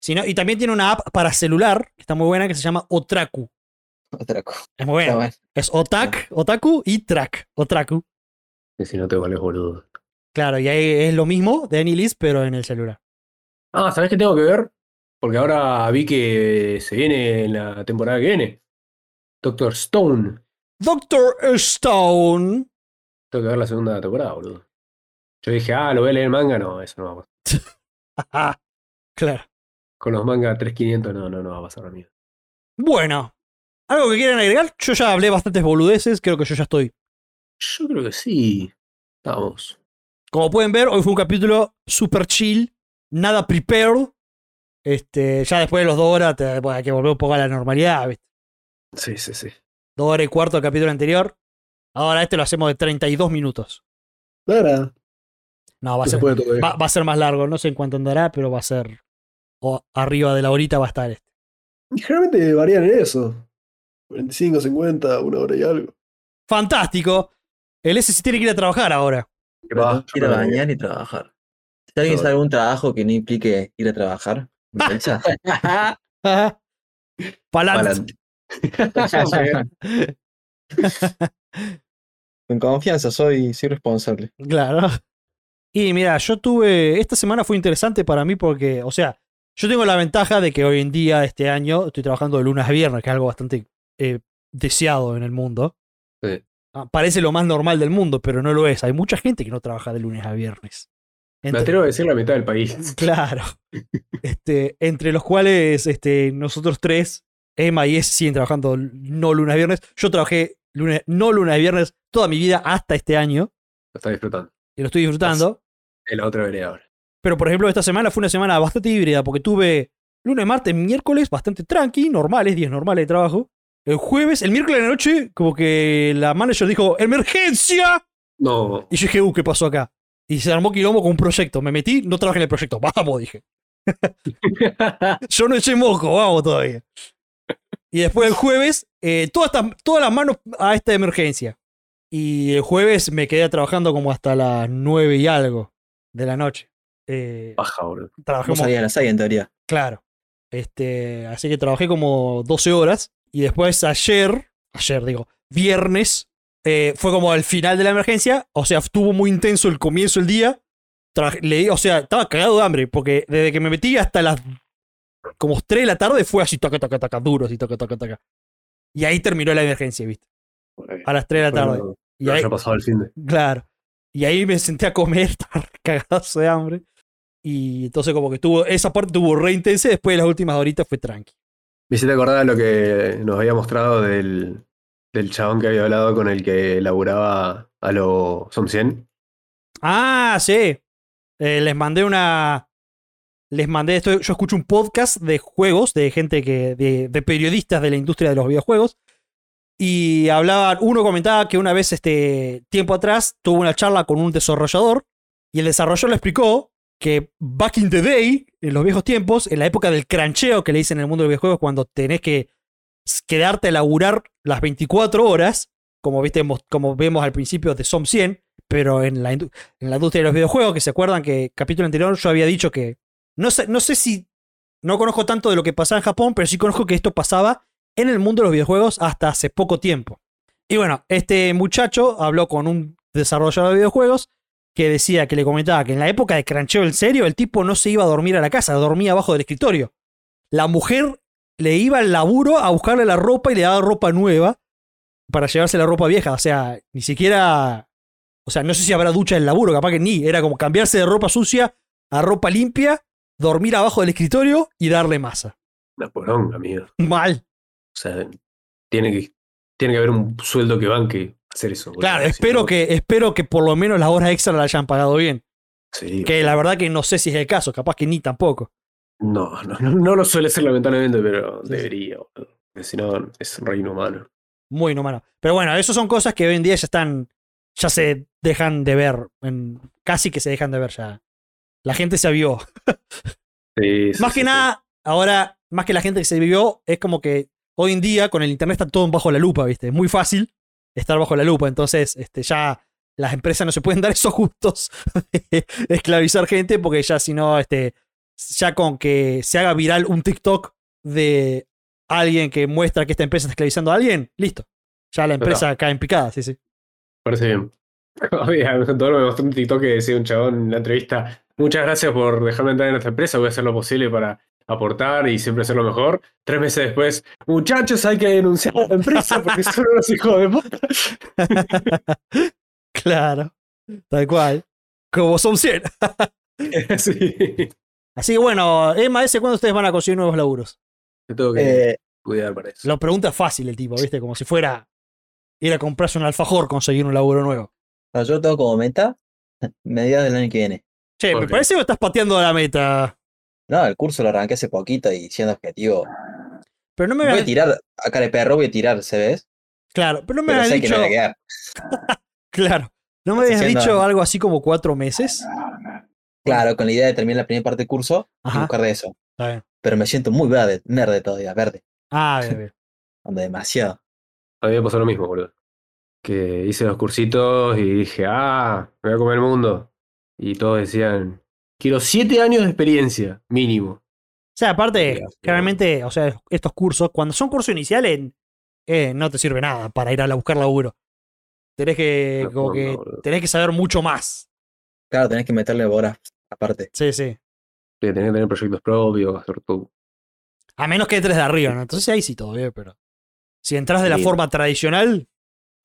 Speaker 1: Si no- y también tiene una app para celular, que está muy buena, que se llama Otraku.
Speaker 5: Otra cosa.
Speaker 1: Es muy buena.
Speaker 5: Está bueno.
Speaker 1: Es Otak, Otaku y Track. Otraku.
Speaker 2: Y si no te vales boludo.
Speaker 1: Claro, y ahí es lo mismo de Anilist, pero en el celular.
Speaker 2: Ah, ¿sabés qué tengo que ver? Porque ahora vi que se viene en la temporada que viene. Doctor Stone.
Speaker 1: Doctor Stone.
Speaker 2: Tengo que ver la segunda temporada, boludo. Yo dije, ah, lo voy a leer en manga. No, eso no va a pasar.
Speaker 1: Ajá. Claro.
Speaker 2: Con los mangas 3500, no, no, no va a pasar, amigo.
Speaker 1: Bueno, algo que quieran agregar. Yo ya hablé bastantes boludeces, creo que yo ya estoy
Speaker 2: Yo creo que sí. Vamos.
Speaker 1: Como pueden ver, hoy fue un capítulo super chill, nada prepared. Este, ya después de los dos horas, te- bueno, hay que volver un poco a la normalidad. ¿viste?
Speaker 2: Sí, sí, sí.
Speaker 1: Dos horas y cuarto del capítulo anterior. Ahora este lo hacemos de 32 minutos.
Speaker 2: Nada.
Speaker 1: No, va a, ser, va- va a ser más largo. No sé en cuánto andará, pero va a ser. O arriba de la horita va a estar este.
Speaker 6: Generalmente varían en eso. 45, 50, una hora y algo.
Speaker 1: ¡Fantástico! El S se tiene que ir a trabajar ahora.
Speaker 2: Va,
Speaker 5: Ir a bañar y trabajar. Si alguien
Speaker 2: Yo-
Speaker 5: sabe algún trabajo que no implique ir a trabajar, me avisa.
Speaker 1: Palante.
Speaker 5: Pa'lante. Con confianza, soy, soy responsable.
Speaker 1: Claro. Y mira, yo tuve. Esta semana fue interesante para mí porque, o sea, yo tengo la ventaja de que hoy en día, este año, estoy trabajando de lunes a viernes, que es algo bastante eh, deseado en el mundo.
Speaker 2: Sí.
Speaker 1: Ah, Parece lo más normal del mundo, pero no lo es. Hay mucha gente que no trabaja de lunes a viernes.
Speaker 2: Me
Speaker 1: Entre-
Speaker 2: atrevo a decir la mitad del país.
Speaker 1: Claro. Este, entre los cuales este, nosotros tres, Emma y S, siguen trabajando no lunes a viernes. Yo trabajé lunes, no lunes a viernes toda mi vida hasta este año
Speaker 2: Lo está disfrutando.
Speaker 1: y lo estoy disfrutando.
Speaker 2: El otro veré ahora.
Speaker 1: Pero por ejemplo, esta semana fue una semana bastante híbrida porque tuve lunes, martes, miércoles bastante tranqui, normales, días normales de trabajo. El jueves, el miércoles de la noche, como que la manager dijo ¡Emergencia!
Speaker 2: No,
Speaker 1: Y yo dije, uh, ¿qué pasó acá? Y se armó quilombo con un proyecto. Me metí, no trabajé en el proyecto. Vamos, dije. Yo no eché moco, vamos todavía. Y después el jueves, eh, todas, estas- todas las manos a esta emergencia. Y el jueves me quedé trabajando como hasta las nueve y algo de la noche. Eh,
Speaker 2: baja, boludo.
Speaker 1: trabajé
Speaker 5: No
Speaker 1: como-
Speaker 5: sabía, la sabía en teoría.
Speaker 1: Claro. Este, así que trabajé como 12 horas y después ayer, ayer digo, viernes, eh, fue como el final de la emergencia, o sea, estuvo muy intenso el comienzo del día. Trabajé- leí, o sea, estaba cagado de hambre porque desde que me metí hasta las como 3 de la tarde fue así taca taca taca duro, así taca taca taca. Y ahí terminó la emergencia, ¿viste? A las 3 de la tarde.
Speaker 2: Bueno,
Speaker 1: Y ahí,
Speaker 2: ya pasado el fin de.
Speaker 1: Claro. Y ahí me senté a comer, estaba re cagadazo de hambre. Y entonces como que tuvo, esa parte tuvo re intensa y después de las últimas horitas fue tranqui.
Speaker 2: Me hiciste acordar lo que nos había mostrado del, del chabón que había hablado con el que laburaba a los Som 100.
Speaker 1: Ah, sí. Eh, les mandé una... Les mandé esto. Yo escucho un podcast de juegos, de gente que... De, de periodistas de la industria de los videojuegos. Y hablaban, uno comentaba que una vez, este tiempo atrás, tuvo una charla con un desarrollador y el desarrollador le explicó que back in the day, en los viejos tiempos, en la época del crancheo que le dicen en el mundo de los videojuegos, cuando tenés que quedarte a laburar las 24 horas, como, viste, mos- como vemos al principio de SOM 100, pero en la, indu- en la industria de los videojuegos, que se acuerdan que el capítulo anterior yo había dicho que no sé, no sé si no conozco tanto de lo que pasaba en Japón, pero sí conozco que esto pasaba en el mundo de los videojuegos hasta hace poco tiempo. Y bueno, este muchacho habló con un desarrollador de videojuegos que decía que le comentaba que en la época de Crancheo el serio, el tipo no se iba a dormir a la casa, dormía abajo del escritorio. La mujer le iba al laburo a buscarle la ropa y le daba ropa nueva para llevarse la ropa vieja. O sea, ni siquiera. O sea, no sé si habrá ducha en el laburo, capaz que ni. Era como cambiarse de ropa sucia a ropa limpia, dormir abajo del escritorio y darle masa.
Speaker 2: Una poronga, amigo. O
Speaker 1: Mal.
Speaker 2: sea, tiene que, tiene que haber un sueldo que banque hacer eso. boludo.
Speaker 1: Claro,
Speaker 2: Si
Speaker 1: espero
Speaker 2: no-
Speaker 1: que, espero que por lo menos las horas extra las hayan pagado bien.
Speaker 2: Sí,
Speaker 1: Que la verdad que no sé si es el caso, capaz que ni tampoco.
Speaker 2: No, no, no, no lo suele ser lamentablemente, pero
Speaker 1: Sí, sí.
Speaker 2: debería. boludo. Porque Si no, es un reino humano.
Speaker 1: Muy inhumano. Pero bueno, eso son cosas que hoy en día ya están. Ya se dejan de ver. en- casi que se dejan de ver ya. La gente se avió.
Speaker 2: Sí, sí,
Speaker 1: más
Speaker 2: sí,
Speaker 1: que
Speaker 2: sí.
Speaker 1: nada, ahora, más que la gente que se vivió, es como que hoy en día con el internet está todo bajo la lupa, ¿viste? Es muy fácil estar bajo la lupa. Entonces, este, ya las empresas no se pueden dar esos gustos de esclavizar gente, porque ya si no, este, ya con que se haga viral un TikTok de alguien que muestra que esta empresa está esclavizando a alguien, listo. Ya la empresa cae en picada, sí, sí.
Speaker 2: Parece bien. Había- Todo lo me mostró un TikTok que decía un chabón en la entrevista. Muchas gracias por dejarme entrar en nuestra empresa. Voy a hacer lo posible para aportar y siempre hacer lo mejor. Tres meses después, muchachos, hay que denunciar a la empresa porque son unos hijos de puta.
Speaker 1: Claro. Tal cual. Como son 100.
Speaker 2: Sí.
Speaker 1: Así que bueno, Emma, ¿ese cuándo ustedes van a conseguir nuevos laburos?
Speaker 2: Te tengo que
Speaker 5: Eh,
Speaker 2: cuidar para eso.
Speaker 1: Lo pregunta fácil el tipo, ¿viste? Como si fuera ir a comprarse un alfajor, conseguir un laburo nuevo.
Speaker 5: bueno, yo tengo como meta mediados del año que viene.
Speaker 1: Che, me
Speaker 2: Ok.
Speaker 1: parece que estás pateando la meta.
Speaker 5: No, el curso lo arranqué hace poquito y siendo objetivo.
Speaker 1: Pero no me
Speaker 5: Voy a
Speaker 1: habías,
Speaker 5: tirar, a cara de perro voy a tirar, ¿sabes?
Speaker 1: claro, pero no me
Speaker 5: Pero
Speaker 1: habías
Speaker 5: sé que
Speaker 1: dicho,
Speaker 5: no voy a quedar.
Speaker 1: claro, no me habías
Speaker 5: Estás haciendo-
Speaker 1: dicho algo así como cuatro meses.
Speaker 5: Claro, con la idea de terminar la primera parte del curso y
Speaker 1: Ajá.
Speaker 5: buscar de eso.
Speaker 1: Está bien.
Speaker 5: Pero me siento muy verde, verde todavía, verde.
Speaker 1: Ah, bien, bien.
Speaker 5: Onda, demasiado.
Speaker 2: A mí me pasó lo mismo, boludo. Que hice los cursitos y dije, ah, me voy a comer el mundo. Y todos decían, quiero siete años de experiencia, mínimo.
Speaker 1: O sea, aparte,
Speaker 2: Gracias.
Speaker 1: claramente, o sea, estos cursos, cuando son cursos iniciales, eh, no te sirve nada para ir a la- buscar laburo. Tenés que,
Speaker 2: No,
Speaker 1: como
Speaker 2: no,
Speaker 1: que,
Speaker 2: boludo.
Speaker 1: tenés que saber mucho más.
Speaker 5: Claro, tenés que meterle horas aparte.
Speaker 1: Sí, sí.
Speaker 2: Que tenés que tener proyectos propios, hacer tu
Speaker 1: A menos que entres de arriba, ¿no? Entonces ahí sí todavía, pero. Si entras de la
Speaker 2: Sí.
Speaker 1: forma tradicional,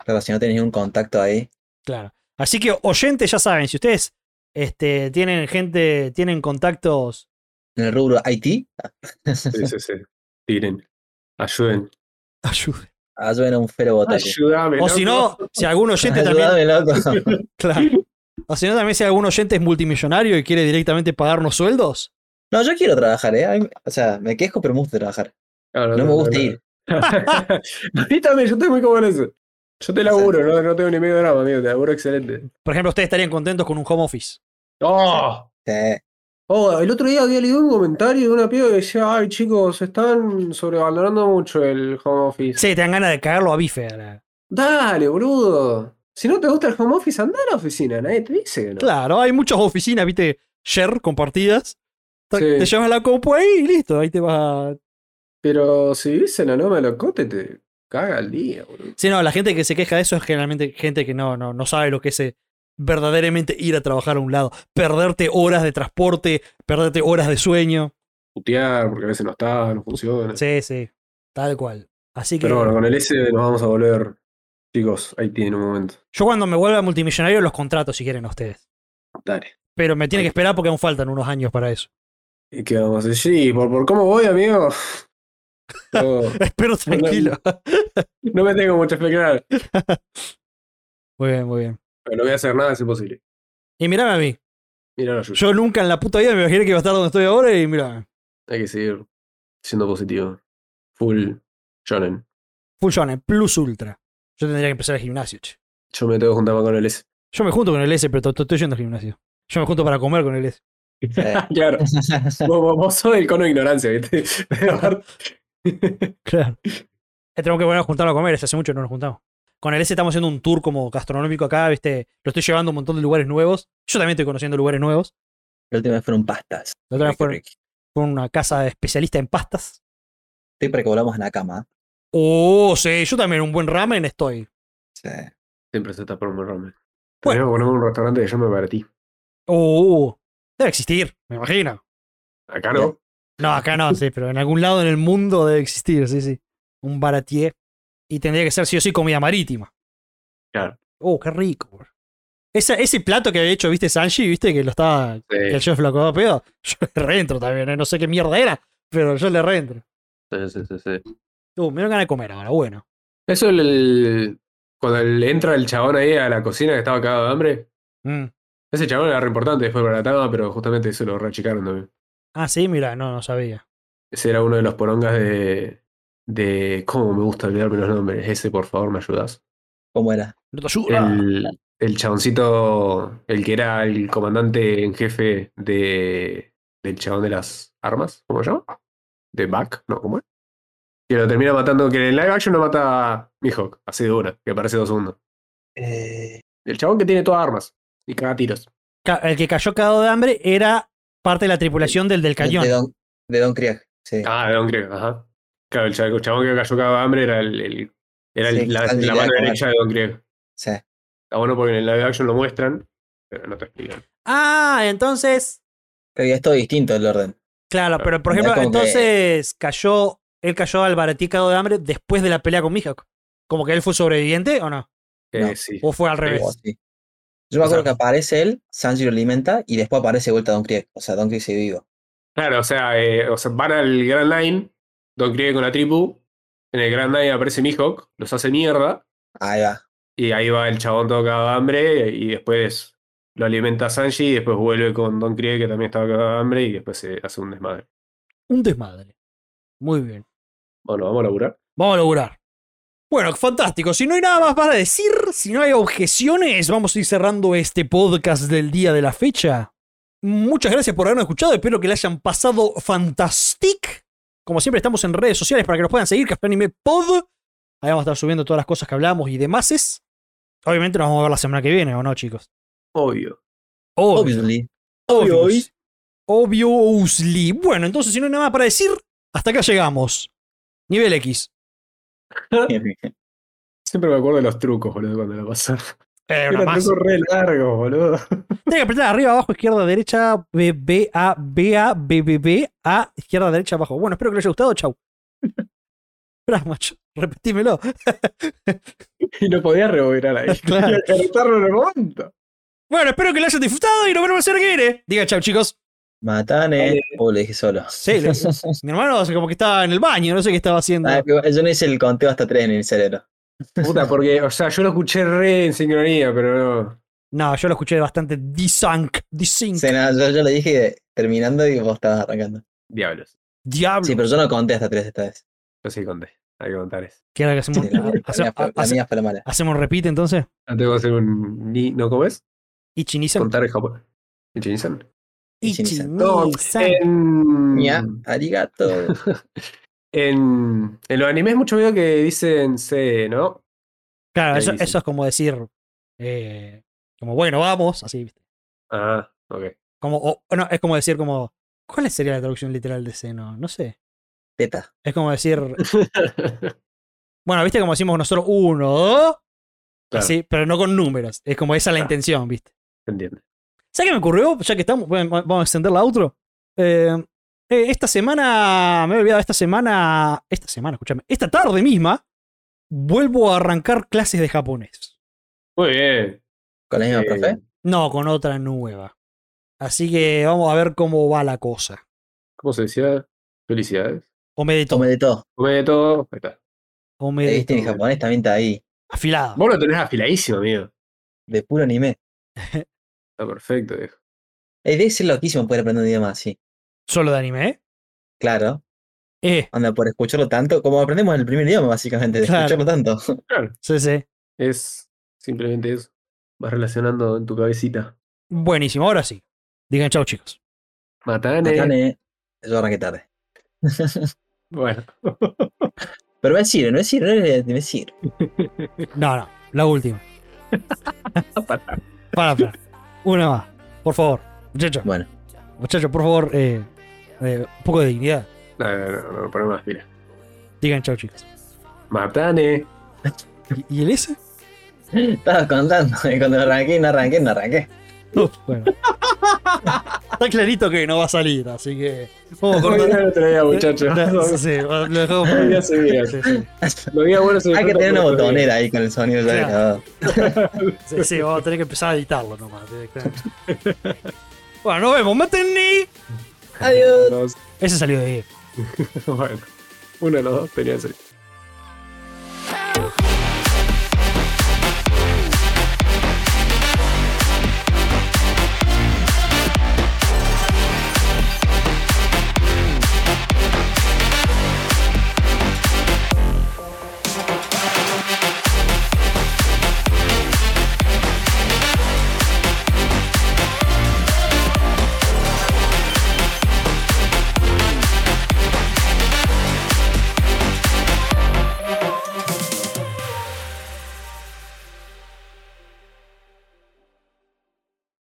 Speaker 5: Claro, si no tenés un contacto ahí.
Speaker 1: Claro. Así que oyentes ya saben, si ustedes este, tienen gente, tienen contactos,
Speaker 5: En el rubro IT,
Speaker 2: Sí, sí, sí. Tiren. Ayuden.
Speaker 1: ayuden.
Speaker 5: ayuden a ah, un fero botaco.
Speaker 2: Ayúdame.
Speaker 1: O si no, si algún oyente también,
Speaker 5: Ayúdame, loco.
Speaker 1: claro. O si no también si algún oyente es multimillonario y quiere directamente pagarnos sueldos.
Speaker 5: No, yo quiero trabajar, ¿eh? A mí- O sea, me quejo, pero me gusta trabajar. No me gusta ir.
Speaker 2: Invítame, yo estoy muy cómodo en eso. Yo te laburo, no, no tengo ni medio drama, amigo. Te laburo excelente.
Speaker 1: Por ejemplo, ustedes estarían contentos con un home office.
Speaker 2: ¡Oh!
Speaker 5: Sí.
Speaker 2: Oh, el otro día había leído un comentario de una piba que decía, ay chicos, están sobrevalorando mucho el home office.
Speaker 1: Sí, te dan ganas de cagarlo a bife. a la-
Speaker 2: Dale, boludo. Si no te gusta el home office, anda a la oficina, nadie te dice que no.
Speaker 1: Claro, hay muchas oficinas, viste, share, compartidas. Te-
Speaker 2: Sí.
Speaker 1: Te llevas la compu ahí y listo, ahí te vas a-
Speaker 2: Pero si vivís en la Loma de Locote, te caga el día, boludo.
Speaker 1: Sí, no, la gente que se queja de eso es generalmente gente que no, no, no sabe lo que es eh, verdaderamente ir a trabajar a un lado. Perderte horas de transporte, perderte horas de sueño.
Speaker 2: Putear, porque a veces no está, no funciona.
Speaker 1: Sí, sí, tal cual. Así que
Speaker 2: Pero bueno, con el S nos vamos a volver, chicos, ahí tienen un momento.
Speaker 1: yo cuando me vuelva multimillonario los contrato si quieren a ustedes.
Speaker 2: Dale.
Speaker 1: Pero me tiene que esperar porque aún faltan unos años para eso.
Speaker 2: ¿Y qué vamos a hacer? Sí, por, por cómo voy, amigo. No,
Speaker 1: Espero tranquilo.
Speaker 2: no me tengo mucha fe, claro.
Speaker 1: Muy bien, muy bien.
Speaker 2: Pero no voy a hacer nada, es imposible.
Speaker 1: Y mirame a mí.
Speaker 2: Mira la Yuya.
Speaker 1: Yo nunca en la puta vida me imaginé que iba a estar donde estoy ahora y mirame.
Speaker 2: Hay que seguir siendo positivo. Full shonen.
Speaker 1: Full shonen, plus ultra. Yo tendría que empezar el gimnasio, che.
Speaker 2: Yo me tengo que juntar más con el S.
Speaker 1: Yo me junto con el S, pero to- to- estoy yendo al gimnasio. Yo me junto para comer con el S.
Speaker 5: sí.
Speaker 2: Claro, vos, vos- vos sos el cono de ignorancia, ¿viste? Pero aparte-
Speaker 1: Claro. Ya tenemos Eh, que volver a juntarlo a comer, hace mucho que no nos juntamos. Con el S estamos haciendo un tour como gastronómico acá, viste. Lo estoy llevando a un montón de lugares nuevos. Yo también estoy conociendo lugares nuevos.
Speaker 5: La última vez fueron pastas.
Speaker 1: La otra vez
Speaker 5: Ricky,
Speaker 1: fue,
Speaker 5: Ricky.
Speaker 1: fue una casa especialista en pastas.
Speaker 5: Estoy para que volvamos a ¿eh? Nakama.
Speaker 1: Oh, sí, yo también un buen ramen estoy.
Speaker 5: Sí.
Speaker 2: Siempre se está por un ramen.
Speaker 1: Bueno.
Speaker 2: Tenemos que ponerme un restaurante que llame para ti.
Speaker 1: Oh, debe existir, me imagino.
Speaker 2: Acá no.
Speaker 1: No, acá no, sí, pero en algún lado en el mundo debe existir, sí, sí. Un baratier. Y tendría que ser sí o sí comida marítima.
Speaker 2: Claro.
Speaker 1: Oh, qué rico, bro. Esa- ese plato que había hecho, viste, Sanji, viste, que lo estaba.
Speaker 2: Sí,
Speaker 1: Que el chef lo acabó a pedo. Yo le reentro también, ¿eh? no sé qué mierda era, pero yo le reentro.
Speaker 2: sí, sí, sí, sí.
Speaker 1: Uh, me dan ganas de comer ahora, bueno.
Speaker 2: Eso el, el- cuando el- entra el chabón ahí a la cocina que estaba cagado de hambre.
Speaker 1: Mm.
Speaker 2: Ese chabón era re importante después para la tama, pero justamente eso lo reachicaron también.
Speaker 1: Ah, sí, mira, no, no sabía.
Speaker 2: Ese era uno de los porongas de. de. ¿Cómo me gusta olvidarme los nombres? Ese, por favor, me ayudas.
Speaker 5: ¿Cómo era?
Speaker 1: No te ayuda.
Speaker 2: El, el chaboncito, el que era el comandante en jefe de, del chabón de las armas, ¿cómo se llama? De Buck, ¿no? ¿Cómo es? Que lo termina matando, que en live action lo mata a Mihawk, así de una, que aparece dos segundos.
Speaker 5: Eh,
Speaker 2: El chabón que tiene todas armas y caga tiros.
Speaker 1: Ca- El que cayó cagado de hambre era parte de la tripulación del del
Speaker 5: De
Speaker 1: cañón.
Speaker 5: Don, de Don Krieg. Sí.
Speaker 2: Ah, de Don Krieg, ajá. Claro, el chabón, el chabón que cayó cagado de hambre era el, el- era el-
Speaker 5: Sí,
Speaker 2: la,
Speaker 5: al-
Speaker 2: la
Speaker 5: al-
Speaker 2: mano
Speaker 5: al-
Speaker 2: derecha de Don Krieg. Está
Speaker 5: sí.
Speaker 2: bueno porque en el live action lo muestran, pero no te explican.
Speaker 1: Ah, entonces.
Speaker 5: Creo que es todo distinto el orden.
Speaker 1: Claro,
Speaker 2: Claro.
Speaker 1: pero por
Speaker 5: No es
Speaker 1: ejemplo,
Speaker 5: como que-
Speaker 1: entonces cayó. Él cayó al baratí cagado de hambre después de la pelea con Mihawk. Como que él fue sobreviviente o no?
Speaker 2: Eh,
Speaker 5: No.
Speaker 2: sí.
Speaker 1: ¿O fue al
Speaker 5: Algo
Speaker 1: revés?
Speaker 5: así. Yo me
Speaker 2: O sea-
Speaker 5: acuerdo que aparece él, Sanji lo alimenta y después aparece de vuelta Don Krieg. O sea, Don Krieg sigue vivo.
Speaker 2: Claro, o sea, eh, o sea, van al Grand Line, Don Krieg con la tribu, en el Grand Line aparece Mihawk, los hace mierda,
Speaker 5: Ahí va.
Speaker 2: y ahí va el chabón todo cagado de hambre, y después lo alimenta Sanji, y después vuelve con Don Krieg, que también estaba cagado de hambre, y después se hace un desmadre.
Speaker 1: Un desmadre. Muy bien.
Speaker 2: Bueno, vamos a laburar.
Speaker 1: Vamos a lograr. Bueno, fantástico. Si no hay nada más para decir, si no hay objeciones, vamos a ir cerrando este podcast del día de la fecha. Muchas gracias por habernos escuchado. Espero que le hayan pasado fantastic. Como siempre, estamos en redes sociales para que nos puedan seguir, Café Anime Pod. Ahí vamos a estar subiendo todas las cosas que hablamos y demás. Obviamente nos vamos a ver la semana que viene, ¿o no, chicos?
Speaker 2: Obvio.
Speaker 5: Obviously.
Speaker 1: Obvious. Obviously. Bueno, entonces, si no hay nada más para decir, hasta acá llegamos. Nivel X.
Speaker 2: Siempre me acuerdo de los trucos, boludo, cuando lo pasaron.
Speaker 1: Eh, una
Speaker 2: Eran
Speaker 1: más.
Speaker 2: trucos re largos, boludo.
Speaker 1: Tiene que apretar arriba, abajo, izquierda, derecha, B, B, A, B, A, B, B, B, A, izquierda, derecha, abajo. Bueno, espero que les haya gustado. Chau. Esperá, macho. Repetímelo.
Speaker 2: Y no podía rebobinar ahí.
Speaker 1: Claro.
Speaker 2: Y acarretarlo en el momento.
Speaker 1: Bueno, espero que lo hayan disfrutado y nos vemos el que viene. Diga chau, chicos.
Speaker 5: Matane. O le eh. dije solo.
Speaker 1: Sí, le- mi hermano hace como que estaba en el baño, no sé qué estaba haciendo.
Speaker 5: Ah, pero yo no hice el conteo hasta tres en el cerebro.
Speaker 2: Puta, porque, o sea, yo lo escuché re en sincronía, pero no.
Speaker 1: No, yo lo escuché bastante disunk, disync,
Speaker 5: O sea, nada, yo, yo le dije terminando y vos estabas arrancando.
Speaker 2: Diablos.
Speaker 1: diablo.
Speaker 5: Sí, pero yo no conté hasta tres esta vez.
Speaker 2: Yo sí conté. Hay que contar eso.
Speaker 1: ¿Qué era que hacemos?
Speaker 5: Sí, la, la
Speaker 1: hace-
Speaker 5: mía fue, la
Speaker 1: hace-
Speaker 5: mía fue la mala.
Speaker 1: ¿Hacemos repite entonces?
Speaker 2: Ah, Tengo que hacer un. Ni, ¿No cómo es?
Speaker 1: Y Ichi-san.
Speaker 2: Contar en japonés. ¿Ichinisan?
Speaker 5: Ichi-san.
Speaker 2: En,
Speaker 5: Ya, arigato.
Speaker 2: en, en los animes, mucho veo que dicen se, ¿no?
Speaker 1: Claro,
Speaker 5: eh,
Speaker 2: Ahí
Speaker 1: eso,
Speaker 2: dice.
Speaker 1: eso es como decir, eh, como bueno, vamos, así, ¿viste?
Speaker 2: Ah, ok.
Speaker 1: Como, o- o no, es como decir como. ¿Cuál sería la traducción literal de seno? No sé.
Speaker 5: Teta.
Speaker 1: Es como decir. Bueno, viste como decimos nosotros uno, dos.
Speaker 2: Claro.
Speaker 1: Así, pero no con números. Es como esa la
Speaker 2: Claro.
Speaker 1: intención, viste.
Speaker 2: Se entiende.
Speaker 1: ¿Sabes qué me ocurrió? Ya que estamos, bueno, va- vamos a extender la outro. Eh, eh, esta semana, me he olvidado, esta semana, esta semana, escúchame, esta tarde misma, vuelvo a arrancar clases de japonés.
Speaker 2: Muy bien.
Speaker 5: Con la misma
Speaker 2: Eh,
Speaker 5: profe.
Speaker 1: No, con otra nueva. Así que vamos a ver cómo va la cosa.
Speaker 2: ¿Cómo se decía? Felicidades.
Speaker 1: O me de todo.
Speaker 5: Tomé de todo.
Speaker 2: Come de todo. Ahí está.
Speaker 1: O me
Speaker 5: Eh,
Speaker 1: de
Speaker 5: Viste, en
Speaker 1: todo.
Speaker 5: japonés también está ahí.
Speaker 1: Afilado.
Speaker 2: Vos lo tenés afiladísimo, amigo.
Speaker 5: De puro anime.
Speaker 2: Está perfecto, viejo.
Speaker 5: Eh, debe ser loquísimo poder aprender un idioma así.
Speaker 1: Solo de anime, ¿eh?
Speaker 5: Claro.
Speaker 1: Eh,
Speaker 5: Anda, por escucharlo tanto. Como aprendemos el primer idioma, básicamente. De
Speaker 1: Claro.
Speaker 5: escucharlo tanto.
Speaker 2: Claro.
Speaker 1: sí, sí.
Speaker 2: Es simplemente eso. Vas relacionando en tu cabecita.
Speaker 1: Buenísimo, ahora sí. Digan chau, chicos.
Speaker 2: Matane.
Speaker 5: Matane. Yo arranqué tarde.
Speaker 2: Bueno.
Speaker 5: Pero no es cine, no es cine, no es, no es cine.
Speaker 1: No, no, la última. para, para. Una más, por favor. Muchachos,
Speaker 5: Bueno,
Speaker 1: muchachos, por favor, eh, eh, un poco de dignidad.
Speaker 2: No, no, no, no, ponemos más pila.
Speaker 1: Digan chao, chicos.
Speaker 2: Matane.
Speaker 1: ¿Y- ¿Y el ese?
Speaker 5: estaba contando y cuando arranqué, no arranqué, no arranqué.
Speaker 1: Uf, bueno. Está clarito que no va a salir, así que. Vamos a
Speaker 2: Hoy
Speaker 1: cortar.
Speaker 2: era el otro día, muchachos.
Speaker 1: Sí, sí, lo dejamos por
Speaker 2: Hoy
Speaker 1: ahí.
Speaker 2: día se viene.
Speaker 1: Sí, sí.
Speaker 2: Los días buenos se
Speaker 5: Hay que
Speaker 2: disfrutan
Speaker 5: tener una
Speaker 2: por otro día.
Speaker 5: botonera ahí con el sonido del
Speaker 1: Claro.
Speaker 5: ordenador.
Speaker 1: Sí, sí, vamos a tener que empezar a editarlo nomás. directamente. Bueno, nos vemos. ¡Matenni!
Speaker 5: Adiós.
Speaker 2: Dos.
Speaker 1: Ese salió de ahí.
Speaker 2: Bueno, uno de los dos tenía que ser.